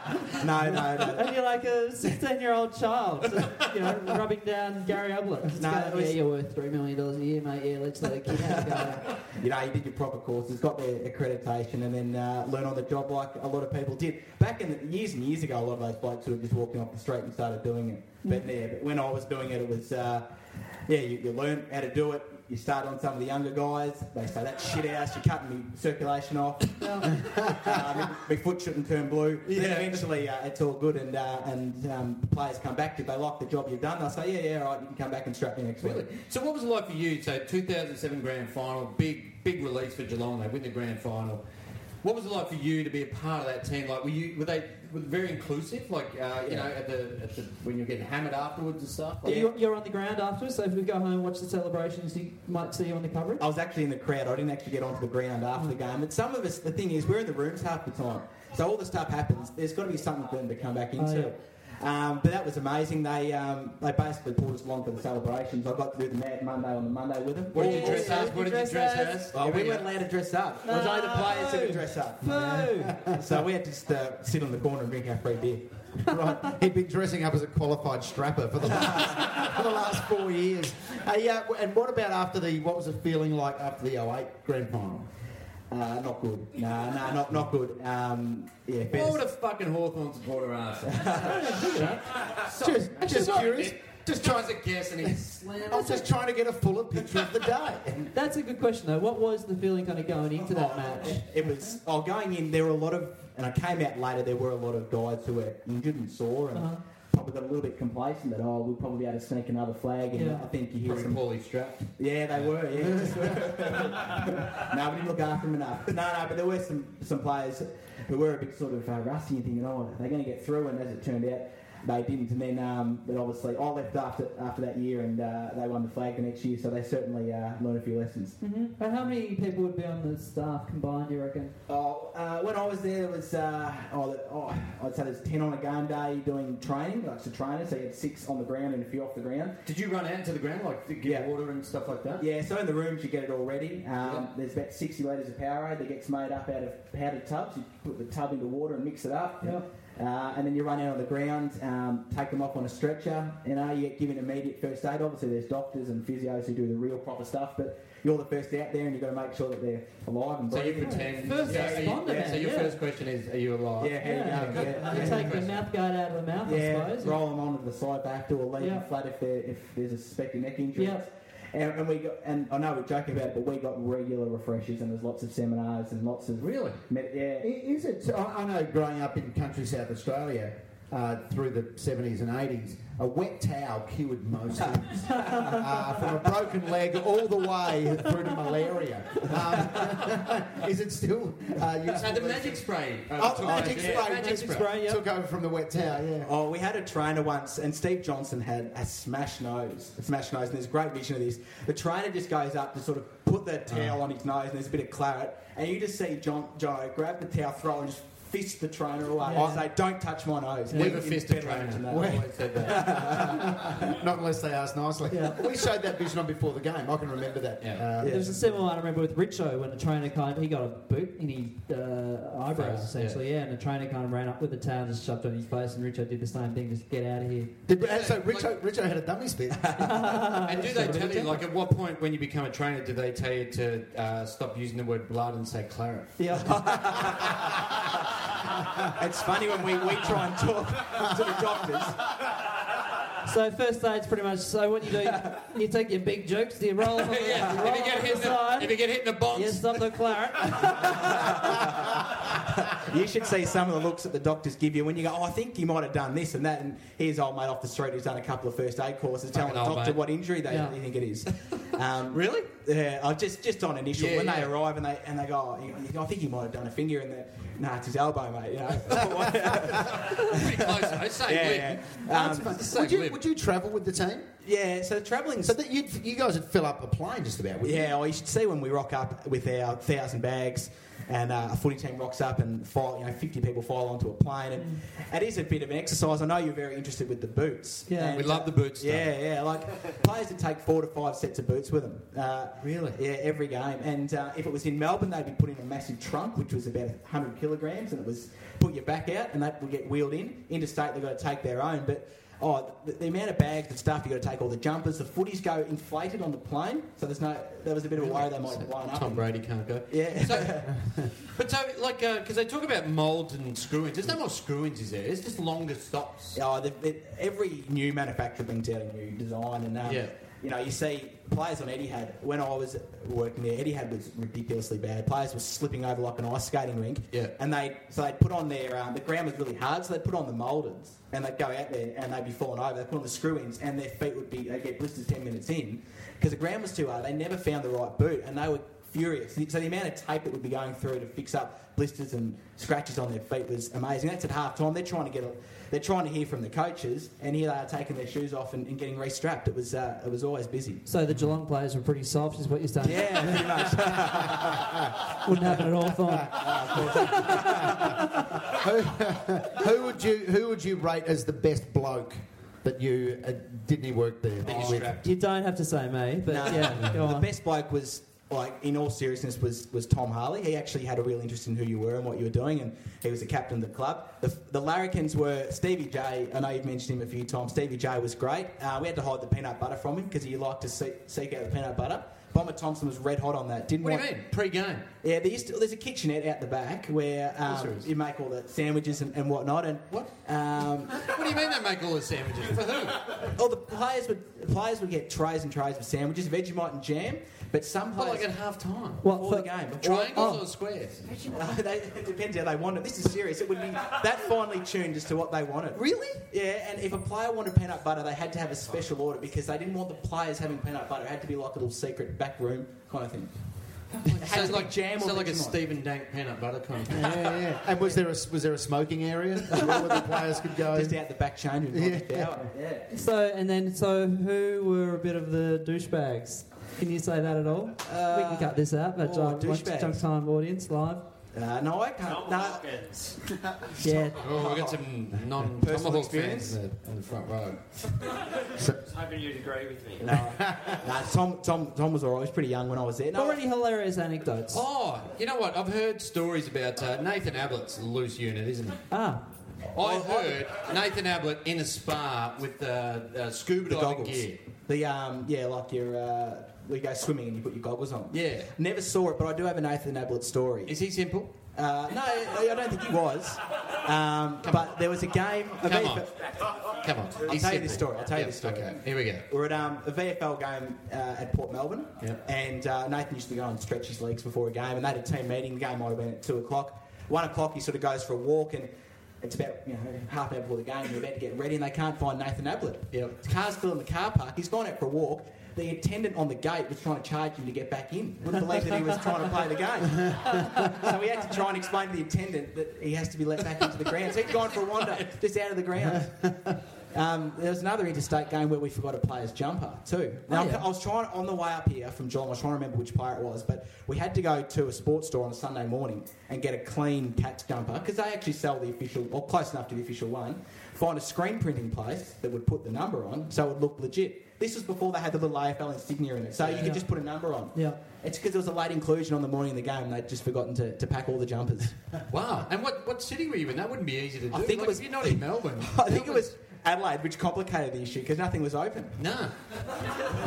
F: no, no.
A: And you're like a 16 year old child, just, you know, rubbing down Gary Ablett. Just
F: No,
A: going,
F: it was-
A: yeah, you're worth $3 million a year, mate. Yeah, let's let a kid have a go.
F: You know, he did your proper courses, got their accreditation, and then uh, learn on the job like a lot of people did. Back in the, years and years ago, a lot of those blokes would have just walked in off the street and started doing it. But yeah, but when I was doing it, it was, uh, yeah, you, you learn how to do it. You start on some of the younger guys. They say, that shit ass, you're cutting me circulation off. um, my foot shouldn't turn blue. Then eventually uh, it's all good, and uh, and um, players come back. If they like the job you've done, they'll say, yeah, yeah, all right, you can come back and strap me next
B: Really?
F: week.
B: So what was it like for you? So 2007 grand final, big big release for Geelong. They win the grand final. What was it like for you to be a part of that team? Like, were you were they were they very inclusive? Like, uh, you know, at the, at the when you're getting hammered afterwards and stuff. Like,
A: You, you're on the ground after, so if we go home and watch the celebrations, you might see you on the coverage.
F: I was actually in the crowd. I didn't actually get onto the ground after the game. And some of us, the thing is, we're in the rooms half the time. So all the stuff happens. There's got to be something for them to come back into. Um, but that was amazing. They um, they basically pulled us along for the celebrations. I got to do the Mad Monday on the Monday with them.
B: what did
A: Yeah,
B: you dress as? What did you dress as?
F: Oh, we weren't allowed to dress up. It was only the players who could dress up. So we had to just uh, sit on the corner and drink our free beer.
C: right. He'd been dressing up as a qualified strapper for the last, for the last four years. Hey, yeah, w- and what about after the, what was it feeling like after the 08 grand final?
F: Uh, not good. No, no, not not good. Um, yeah, fair
B: What
F: to
B: would a fucking Hawthorn supporter ask? him?
C: just just curious.
B: Just tries a guess and he's
C: I was just trying to get a fuller picture of the day.
A: That's a good question, though. What was the feeling kind of going into that match?
F: Oh, It was oh, going in. There were a lot of, and I came out later. There were a lot of guys who were injured and sore, and
A: Uh-huh.
F: probably got a little bit complacent that oh, we'll probably be able to sneak another flag. And
A: Yeah.
F: I think you hear
B: probably
F: some.
B: poorly strapped.
F: Yeah, they were. Yeah, just were. no, we didn't look after them enough. No, no, but there were some some players who were a bit sort of uh, rusty and thinking, oh, they're going to get through, and as it turned out. They didn't, and then, um, but obviously, I left after after that year, and uh, they won the flag the next year, so they certainly uh, learned a few lessons.
A: hmm And how many people would be on the staff combined, you reckon?
F: Oh, uh, when I was there, there was uh, oh, the- oh, I'd say there's ten on a game day doing training, like to trainer. So you had six on the ground and a few off the ground.
B: Did you run out into the ground like to get
F: Yeah.
B: water and stuff like that?
F: Yeah, so in the rooms you get it all ready.
B: Yeah.
F: Um, There's about 60 litres of Powerade that gets made up out of powdered tubs. You put the tub into water and mix it up.
A: Yeah.
F: Uh, and then you run out on the ground, um, take them off on a stretcher. You know, you get given immediate first aid. Obviously, there's doctors and physios who do the real proper stuff, but you're the first out there and you've got to make sure that they're alive and
B: So you
F: breathing.
B: pretend.
A: First
B: yeah, so you-
A: responder,
B: yeah, so
A: man,
B: your
A: yeah.
B: first question is, are you alive?
F: yeah, here you go. Yeah,
A: You
F: yeah.
A: take the mouth guard out of the mouth, I
F: Yeah,
A: suppose.
F: roll them onto the side back door, leave
A: Yeah.
F: them flat if, they're- if there's a suspected neck injury.
A: Yeah.
F: And, and we got, and I know we're joking about it, but we got regular refreshers and there's lots of seminars and lots of
B: Really?
F: med-
C: I-
F: yeah.
C: Is it? I I know growing up in country South Australia uh, through the 70s and 80s, a wet towel cured most things. uh, from a broken leg all the way through to malaria. Um, is it still uh, used?
B: Uh, the magic spray.
C: Oh,
B: took
C: magic
B: over,
C: spray,
A: magic spray, yeah.
C: Took over from the wet towel, yeah.
F: Oh, we had a trainer once, and Steve Johnson had a smash nose, a smash nose, and there's a great vision of this. The trainer just goes up to sort Uh-huh. of put the towel on his nose, and there's a bit of claret, and you just see John, John grab the towel, throw, it, and just fist the trainer away
A: Yeah.
F: and say, "Don't touch my nose."
B: Never
F: In- in
B: fist a
F: better
B: trainer.
F: than that.
C: Well-
B: Always said that.
C: Not unless they ask nicely.
A: Yeah.
C: We showed that vision on before the game. I can remember that.
B: Yeah.
C: Uh,
A: There's a similar one I remember with Richo when the trainer kind of, he got a boot in his uh, eyebrows
B: Face,
A: essentially, yeah. and the trainer kind of ran up with the towel and just shoved it on his face, and Richo did the same thing, just get out of here.
C: Did, and so Richo, Richo had a dummy spit.
B: And do they tell you, like, at what point when you become a trainer, do they tell you to uh, stop using the word blood and say claret?
A: Yeah,
F: It's funny when we, we try and talk to the doctors.
A: so first aid's pretty much so what you do, you take your big jukes, you roll them,
B: yeah.
A: you roll
B: If
A: them to
B: you, get hit
A: the
B: in the, if
A: side,
B: you get hit in the bonds,
A: you stop the claret.
F: You should see some of the looks that the doctors give you when you go, oh, I think you might have done this and that. And here's old mate off the street who's done a couple of first aid courses telling the
B: Fucking old
F: doctor
B: mate.
F: what injury they
A: Yeah.
F: they think it is. Um,
B: Really?
F: Yeah, I just just on initial.
B: Yeah,
F: when they
B: yeah.
F: arrive and they and they go, oh, you- you go, I think you might have done a finger in the. Nah, it's his elbow, mate. You know?
B: pretty close. I say
F: yeah, yeah. Um,
B: same
C: would, you,
B: lip.
C: would you travel with the team?
F: yeah. So travelling.
C: So that you'd, you guys would fill up a plane just about, wouldn't
F: Yeah, well, you should see when we rock up with our thousand bags, and uh, a footy team rocks up and file, you know, fifty people file onto a plane, and it is a bit of an exercise. I know you're very interested with the boots.
A: Yeah.
F: And, uh,
B: We love the boots, though.
F: Yeah, yeah, like players would take four to five sets of boots with them. Uh,
C: Really?
F: Yeah, every game. And uh, if it was in Melbourne, they'd be put in a massive trunk, which was about hundred kilograms, and it was put your back out, and that would get wheeled in. Interstate, they've got to take their own, but. Oh, the, the amount of bags and stuff you got to take, all the jumpers, the footies go inflated on the plane, so there's no. There was a bit of a worry they might have blown up.
B: Tom Brady can't go.
F: Yeah.
B: So, but so, like, because they talk about mould and screw-ins. There's no more screw-ins, is there? It's just longer stops.
F: Oh, the, the, every new manufacturer brings out a new design, and um,
B: Yeah.
F: you know, you see players on Etihad. When I was working there, Etihad was ridiculously bad. Players were slipping over like an ice skating rink.
B: Yeah.
F: and they so they'd put on their um, the ground was really hard, so they'd put on the moulders and they'd go out there and they'd be falling over. They would put on the screw ins, and their feet would be they would get blisters ten minutes in because the ground was too hard. They never found the right boot, and they were. Furious. So the amount of tape that would be going through to fix up blisters and scratches on their feet was amazing. That's at half time. They're trying to get, a, they're trying to hear from the coaches, and here they are taking their shoes off and, and getting restrapped. It was, uh, it was always busy.
A: So the Geelong players were pretty soft, is what you're saying.
F: Yeah, pretty much.
A: Wouldn't happen at all, fine.
C: you? Who would you Who would you rate as the best bloke that you uh, did any work there? with?
A: You don't have to say me, but yeah, go
F: the
A: on.
F: best bloke was like in all seriousness was was Tom Harley. He actually had a real interest in who you were and what you were doing, and he was the captain of the club. The, the Larrikins were Stevie J. I know you've mentioned him a few times. Stevie J was great. Uh, we had to hide the peanut butter from him because he liked to se- seek out the peanut butter. Bomber Thompson was red hot on that. Didn't
B: What do
F: want,
B: you mean? Pre-game.
F: Yeah, there used to, there's a kitchenette out the back where
B: Oh,
F: um,
B: serious?
F: you make all the sandwiches and, and whatnot. And
B: What?
F: Um,
B: What do you mean they make all the sandwiches? For who?
F: all the players would the players would get trays and trays of sandwiches, Vegemite and jam. But some
B: Oh, like
F: players
B: at half-time.
A: What,
F: before
A: for-
F: the game.
B: Triangles
A: Oh.
B: or squares?
F: No, they, it depends how they want it. This is serious. It would be that finely tuned as to what they wanted.
B: Really?
F: Yeah, and if a player wanted peanut butter, they had to have a special order because they didn't want the players having peanut butter. It had to be like a little secret back room kind of thing. It had
B: So
F: to
B: it's
F: be
B: like jam
F: or
B: so like a
F: Vegemite.
B: Stephen Dank peanut butter kind of thing.
C: Yeah, yeah, yeah. And was there a was there a smoking area as well where the players could go?
F: Just out the back change room.
C: Yeah.
F: Yeah. yeah.
A: So and then so who were a bit of the douchebags? Can you say that at all? we can cut this out, but
F: Uh, oh,
A: uh, once
F: douchebags.
A: junk time audience live.
F: Uh, no, I can't. No,
A: Yeah,
B: Oh, we've got some
F: Personal
B: non-tomahawk
F: experience?
B: fans in the, in the front row.
E: hoping you'd agree with me.
F: no, no. Tom, Tom, Tom was alright. He was pretty young when I was there. No,
A: already hilarious anecdotes.
B: Oh, you know what? I've heard stories about uh, Nathan Ablett's a loose unit, isn't he?
A: Ah,
B: I heard Nathan Ablett in a spa with uh, uh, scuba
F: the
B: diving
F: goggles.
B: gear.
F: The um, yeah, like your uh, we go swimming and you put your goggles on.
B: Yeah.
F: Never saw it, but I do have an Nathan Ablett story.
B: Is he simple?
F: Uh, no, I don't think he was. Um, but there was a game. A
B: Come
F: VFL
B: on. Come on.
F: I'll
B: He's
F: tell you this
B: simple.
F: story. I'll tell you
B: Yeah,
F: this story.
B: Okay, here we go.
F: We're at um, a VFL game uh, at Port Melbourne,
B: Yep.
F: and uh, Nathan used to go and stretch his legs before a game, and they had a team meeting. The game might have been at two o'clock. One o'clock, he sort of goes for a walk, and it's about you know half an hour before the game. They're about to get ready, and they can't find Nathan Ablett.
B: Yep.
F: His car's still in the car park. He's gone out for a walk. The attendant on the gate was trying to charge him to get back in. Wouldn't believe that he was trying to play the game. so we had to try and explain to the attendant that he has to be let back into the ground. So he'd gone for a wander, just out of the ground. Um, there was another interstate game where we forgot a player's jumper too. Now
A: Oh, yeah.
F: I was trying on the way up here from Geelong. I was trying to remember which player it was, but we had to go to a sports store on a Sunday morning and get a clean cat's jumper because they actually sell the official or close enough to the official one. Find a screen printing place that would put the number on so it would look legit. This was before they had the little AFL insignia in it, so you
A: Yeah.
F: could just put a number on.
A: Yeah.
F: It's because there was a late inclusion on the morning of the game. They'd just forgotten to, to pack all the jumpers.
G: Wow. And what, what city were you in? That wouldn't be easy to do.
F: I think it
G: Like,
F: was-
G: if you're not in Melbourne.
F: I think it was Adelaide, which complicated the issue because nothing was open.
G: No.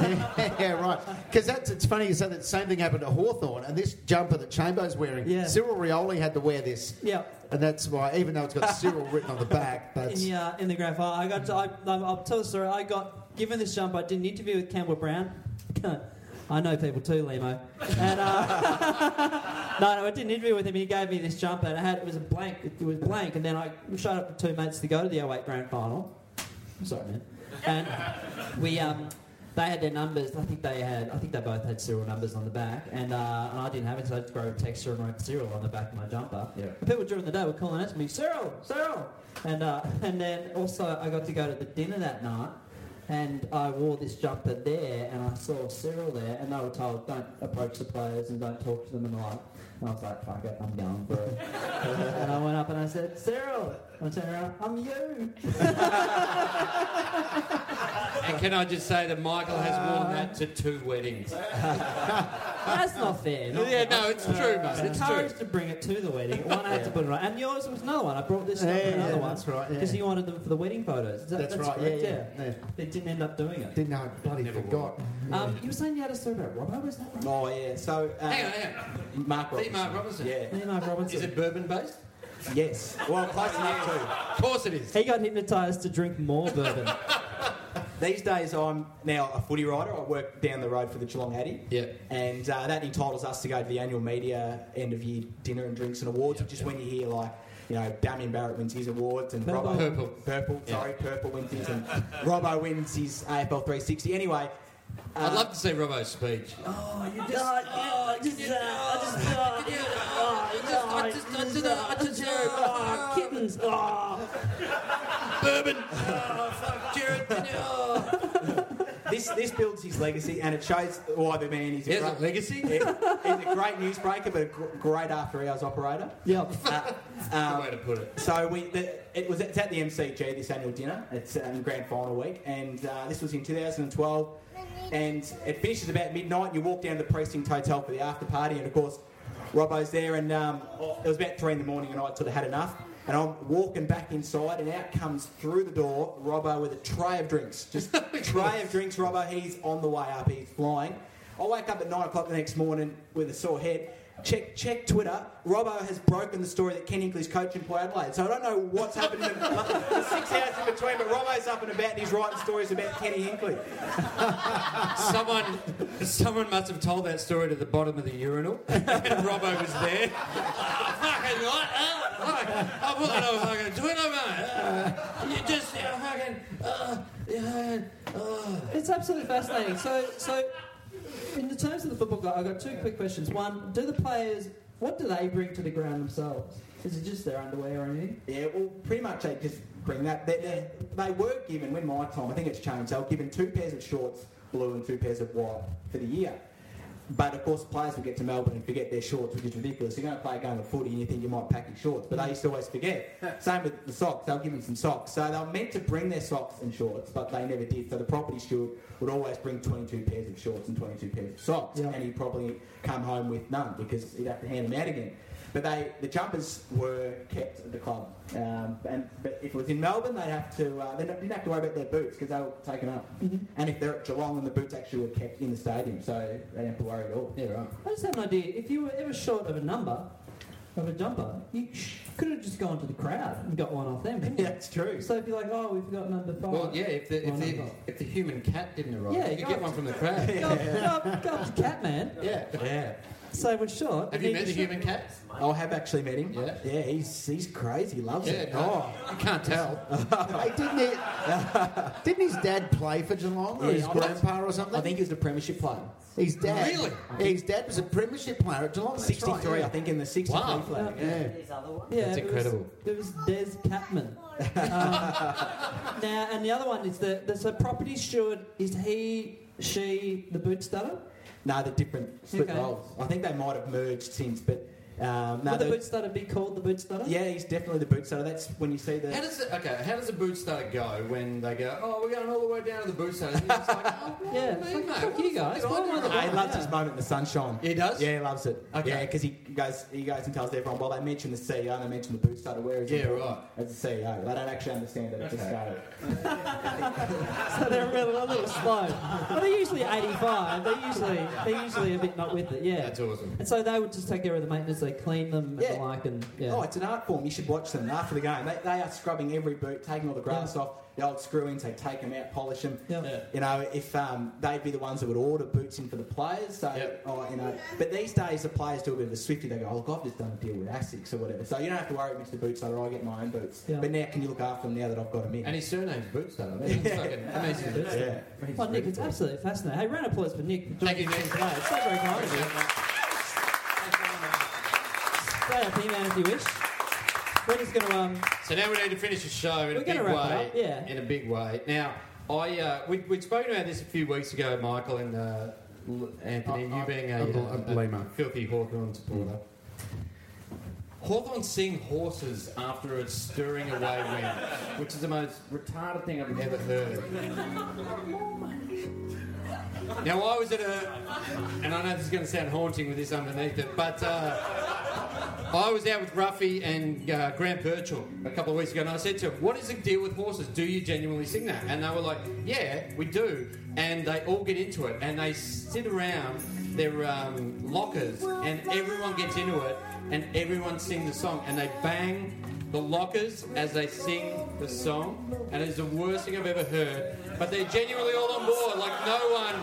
C: yeah, right. Because that's it's funny you say that same thing happened to Hawthorn, and this jumper that Chambo's wearing,
A: Yeah.
C: Cyril Rioli had to wear this.
A: Yeah.
C: And that's why, even though it's got Cyril written on the back,
A: In
C: that's
A: the, uh, in the graph, I I got. To, I, I'll I'll tell a story. I got given this jump. I did an interview with Campbell Brown. I know people too, Limo. And uh, no, no, I did an interview with him. and He gave me this jumper, and I had it was a blank. It was blank, and then I showed up to two mates to go to the 08 grand final. I'm sorry, man. And we, um, they had their numbers. I think they had. I think they both had serial numbers on the back, and, uh, and I didn't have it, so I just wrote text and wrote Cyril on the back of my jumper.
G: Yeah.
A: And people during the day were calling out to me, Cyril, Cyril, and uh, and then also I got to go to the dinner that night. And I wore this jumper there, and I saw Cyril there, and they were told, "Don't approach the players and don't talk to them." And like, and I was like, "Fuck it, I'm going for it." and I went up and I said, "Cyril," I turned around, "I'm you."
G: And can I just say that Michael has worn that to two weddings?
A: That's not fair. not
G: yeah,
A: fair.
G: no, it's true, mate. It's true.
A: encouraged to bring it to the wedding. One I had to put it on, and yours was another one. I brought this
C: Yeah,
A: up
C: yeah,
A: another one.
C: that's right, yeah.
A: Because you wanted them for the wedding photos. Is that-
C: that's, right.
A: correct,
C: yeah, yeah, yeah.
A: They didn't end up doing it.
C: Didn't know, bloody
G: Never
C: forgot.
A: Um, you were saying you had a story about Robbo, was that right?
F: Oh yeah, so uh,
G: Hang on, hang on.
F: Mark
G: The
F: Robinson.
G: Mark Robinson.
F: Yeah.
A: Leonard Robinson.
G: Is it bourbon based?
F: Yes. Well, close enough
G: Of course it is.
A: He got hypnotised to drink more bourbon.
F: too. These days, I'm now a footy writer. I work down the road for the Geelong Addy.
G: Yeah.
F: And uh, that entitles us to go to the annual media end of year dinner and drinks and awards,
G: Yep,
F: which is
G: yep.
F: when you hear like. You know, Damien Barrett wins his awards and
A: Purple.
F: Robbo
G: Purple.
F: Purple,
G: Yeah.
F: sorry, Purple wins his and Robbo wins his AFL 360. Anyway,
G: I'd love to see Robbo's speech.
A: oh, you just, oh, just, uh, I just, uh, oh, no, I just, I just, uh, I just, uh, oh, kittens, oh.
G: Bourbon! Oh, fuck, Jared. Oh.
F: this this builds his legacy and it shows why the man is
G: He has
F: a great,
G: a legacy.
F: Yeah. He's a great newsbreaker, but a gr- great after hours operator.
A: Yep.
F: Uh,
G: That's
F: um,
G: the way to put it.
F: so we, the, it was it's at the MCG this annual dinner. It's um, grand final week, and uh, this was in 2012. And it finishes about midnight. And you walk down to the precinct hotel for the after party, and of course, Robbo's there. And um, it was about three in the morning, and I sort of had enough. And I'm walking back inside, and out comes through the door Robbo with a tray of drinks. Just tray of drinks, Robbo. He's on the way up. He's flying. I wake up at nine o'clock the next morning with a sore head. Check check Twitter. Robbo has broken the story that Ken Inkley's coaching for Adelaide. So I don't know what's happened in the, the six hours in between, but Robbo's up and about and he's writing stories about Kenny Inkley.
G: Someone, someone must have told that story to the bottom of the urinal, and Robbo was there. Oh, fucking right, oh, fuck. I put that on fucking Twitter, mate. Uh, you just uh, fucking, uh, yeah, uh,
A: It's absolutely fascinating. So, so in the terms of the football guy, I've got two quick questions. One, do the players, what do they bring to the ground themselves? Is it just their underwear or anything?
F: Yeah, well, pretty much they just bring that. They, they, they were given, when my time, I think it's changed, they were given two pairs of shorts, blue, and two pairs of white for the year. But of course, players will get to Melbourne and forget their shorts, which is ridiculous. You're going to play a game of footy and you think you might pack your shorts, but they used to always forget. Same with the socks, they'll give them some socks. So they were meant to bring their socks and shorts, but they never did. So the property steward would always bring 22 pairs of shorts and 22 pairs of socks,
A: Yeah.
F: and he'd probably come home with none because he'd have to hand them out again. But they, the jumpers were kept at the club, um, and but if it was in Melbourne, they'd have to uh, they didn't have to worry about their boots because they were taken up. And if they're at Geelong, then the boots actually were kept in the stadium, so they didn't have to worry at all.
G: yeah, right.
A: I just have an idea. If you were ever short of a number, of a jumper, you could have just gone to the crowd and got one off them. couldn't you?
F: Yeah, it's true.
A: So if you're like, oh, we've got number five.
G: Well, yeah, if the,
A: Or
G: if the,
A: number.
G: if the human cat didn't arrive,
A: Yeah,
G: you could
A: go
G: get
A: up
G: one
A: to-
G: from the crowd.
A: Go, up- go, up- go up to Catman,
G: Yeah.
F: Yeah,
A: say we're short.
G: Have
A: and
G: you
A: then
G: met the
A: you're
G: human cat?
F: Oh, I have actually met him.
G: Yeah?
F: he's he's crazy. He loves
G: Yeah,
F: it.
G: no,
A: Oh.
G: you can't tell.
C: Hey, didn't, he, didn't his dad play for Geelong or
F: Yeah,
C: his
F: I think-
C: grandpa or something?
F: Oh, I think he was a premiership player.
C: His dad.
B: Really?
C: Yeah, his dad was a premiership player at Geelong. that's right,
F: 63, I
C: yeah.
F: think, in the 63
B: Wow.
F: flag.
C: Yeah.
E: These other ones.
A: Yeah,
B: That's
A: there
B: incredible.
A: Was, there was Des Catman. Um, now, and the other one is the, the so property steward is he, she, the boot stutter?
F: No, they're different split
A: Okay.
F: roles. I think they might have merged since, but um, no,
A: Would the
F: they-
A: boot stutter be called the boot stutter?
F: yeah, he's definitely the boot. So that's when you see the.
H: How does it, okay? How does a boot starter go when they go? Oh, we're going all the way down to the boot starter. And you're just like, oh, what the
A: Yeah, it's
H: fuck,
A: like,
H: mate?
A: fuck you
H: What the
A: guys.
H: fuck
A: Why
H: did I
A: am
H: do
A: I the
H: wrong?
F: Ah, he loves his moment in the sunshine.
B: He does?
F: Yeah, he loves it.
B: Okay.
F: Yeah, because he goes, he goes and tells everyone. Well, they mention the CEO, and they mention the boot starter. Where is
H: Yeah, right.
F: As the CEO, they don't actually understand that it just
H: Okay.
F: started.
A: So they're a little, a little slow. But they're usually 85. They're usually, they're usually a bit not with it, yeah.
H: That's awesome.
A: And so they would just take care of the maintenance, they clean them and
F: Yeah.
A: the like, and yeah.
F: Oh, it's an art form. You should watch them after the game. They, they are scrubbing every boot, taking all the grass off, the old screw ins, they take them out, polish them.
A: Yeah. Yeah.
F: You know, if um, they'd be the ones that would order boots in for the players. So,
B: Yep.
F: oh, you know, but these days the players do a bit of a swifty. They go, oh, look, I've just done a deal with ASICS or whatever. So you don't have to worry about the boots or I get my own boots.
A: Yeah.
F: But now, can you look after them now that I've got them in?
B: And his surname's Bootstar. That's fucking amazing.
F: yeah.
A: Oh, Nick, it's absolutely fascinating. Hey, round of applause for Nick.
B: Thank you, Nick.
A: Today. It's so very kind. of you. Stay up, man, if you wish. We're just going to, um,
B: So now we need to finish the show in
A: We're
B: a
A: gonna
B: big
A: wrap it
B: way.
A: up, yeah.
B: In a big way. Now, I uh, we, we'd spoken about this a few weeks ago, Michael and uh, L- Anthony.
H: I-
B: you
H: I-
B: being
H: I bl-
B: a,
H: I blame her.
B: filthy Hawthorn supporter. Hawthorn seeing horses after a stirring away wind, which is the most
H: Retarded thing I've
B: ever
H: ever.
B: heard. Now I was at a, and I know this is going to sound haunting with this underneath it, but uh, I was out with Ruffy and uh, Grant Birchall a couple of weeks ago, and I said to him, "What is the deal with horses? Do you genuinely sing that?" And they were like, "Yeah, we do." And they all get into it, and they sit around their um, lockers, and everyone gets into it, and everyone sings the song, and they bang the lockers as they sing the song, and it's the worst thing I've ever heard. But they're genuinely all on board. Like no one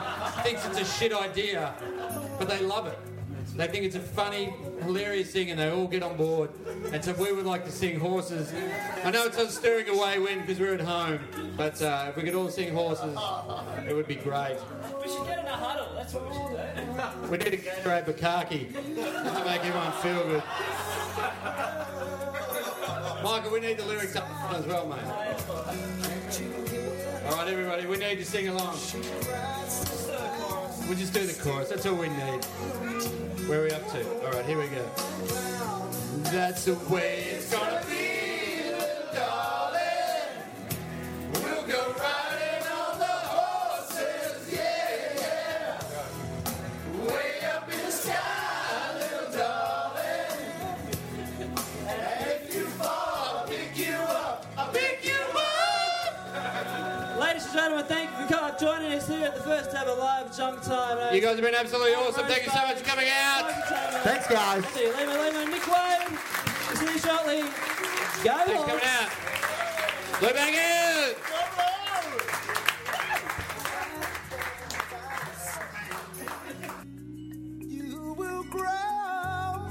B: thinks it's a shit idea, but they love it. They think it's a funny, hilarious thing, and they all get on board. And so we would like to sing horses. I know it's on stirring away wind because we're at home, but uh, if we could all sing horses, it would be great.
E: We should get in a huddle. That's what we should do.
B: We need a Gatorade Bukaki to make everyone feel good. Michael, we need the lyrics up front as well, mate. All right, everybody, we need to sing along. We'll just do the chorus. That's all we need. Where are we up to? All right, here we go. That's the way it's gonna be, little darling. We'll go riding on the horses, yeah. Way up in the sky, little darling. And if you fall, I'll pick you up. I'll pick you up.
A: ladies and gentlemen, thank you for co- joining us here at the first ever live junk time.
B: You guys have been absolutely awesome. Thank you so much for coming out.
A: Thanks, guys. See you, Lima, Lima, Nick Wayne. See you shortly. Go
B: Thanks for
A: Hawks.
B: coming out. Blue Bangers!
I: You will grow,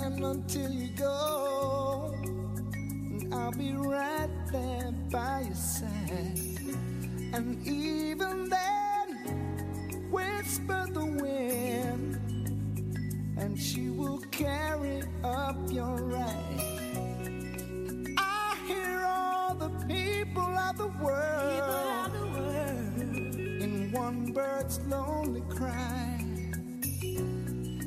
I: and until you go, and I'll be right there by your side. And even then, whisper the wind, and she will carry up your right. I hear all the people of the world in one bird's lonely cry.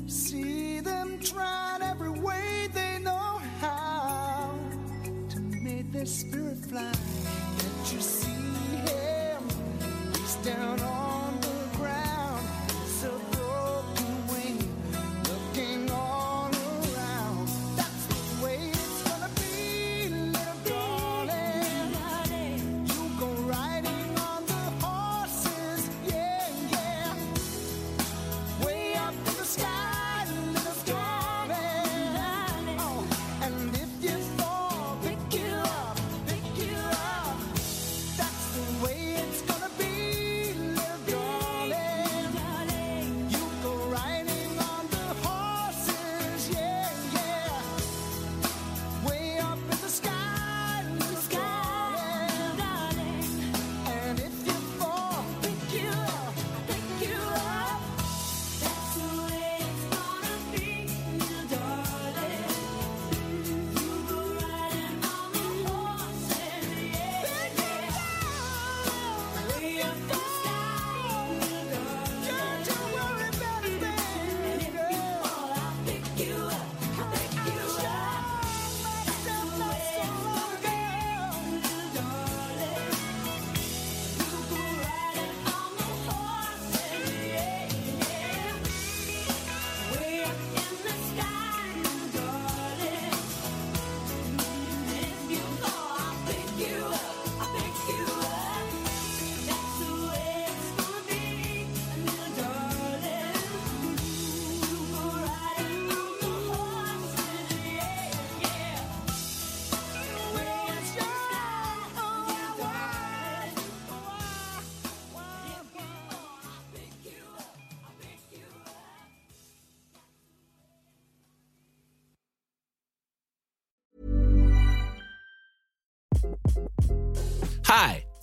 I: See them trying every way they know how to make their spirit fly. That you see him, he's down on the ground, so broken wing, looking all around. That's the way it's gonna be, little darling. You go riding on the horses, yeah, yeah. Way up in the sky, little darling. Oh, and if you fall, pick you up, pick you up. oh,
J: Hi,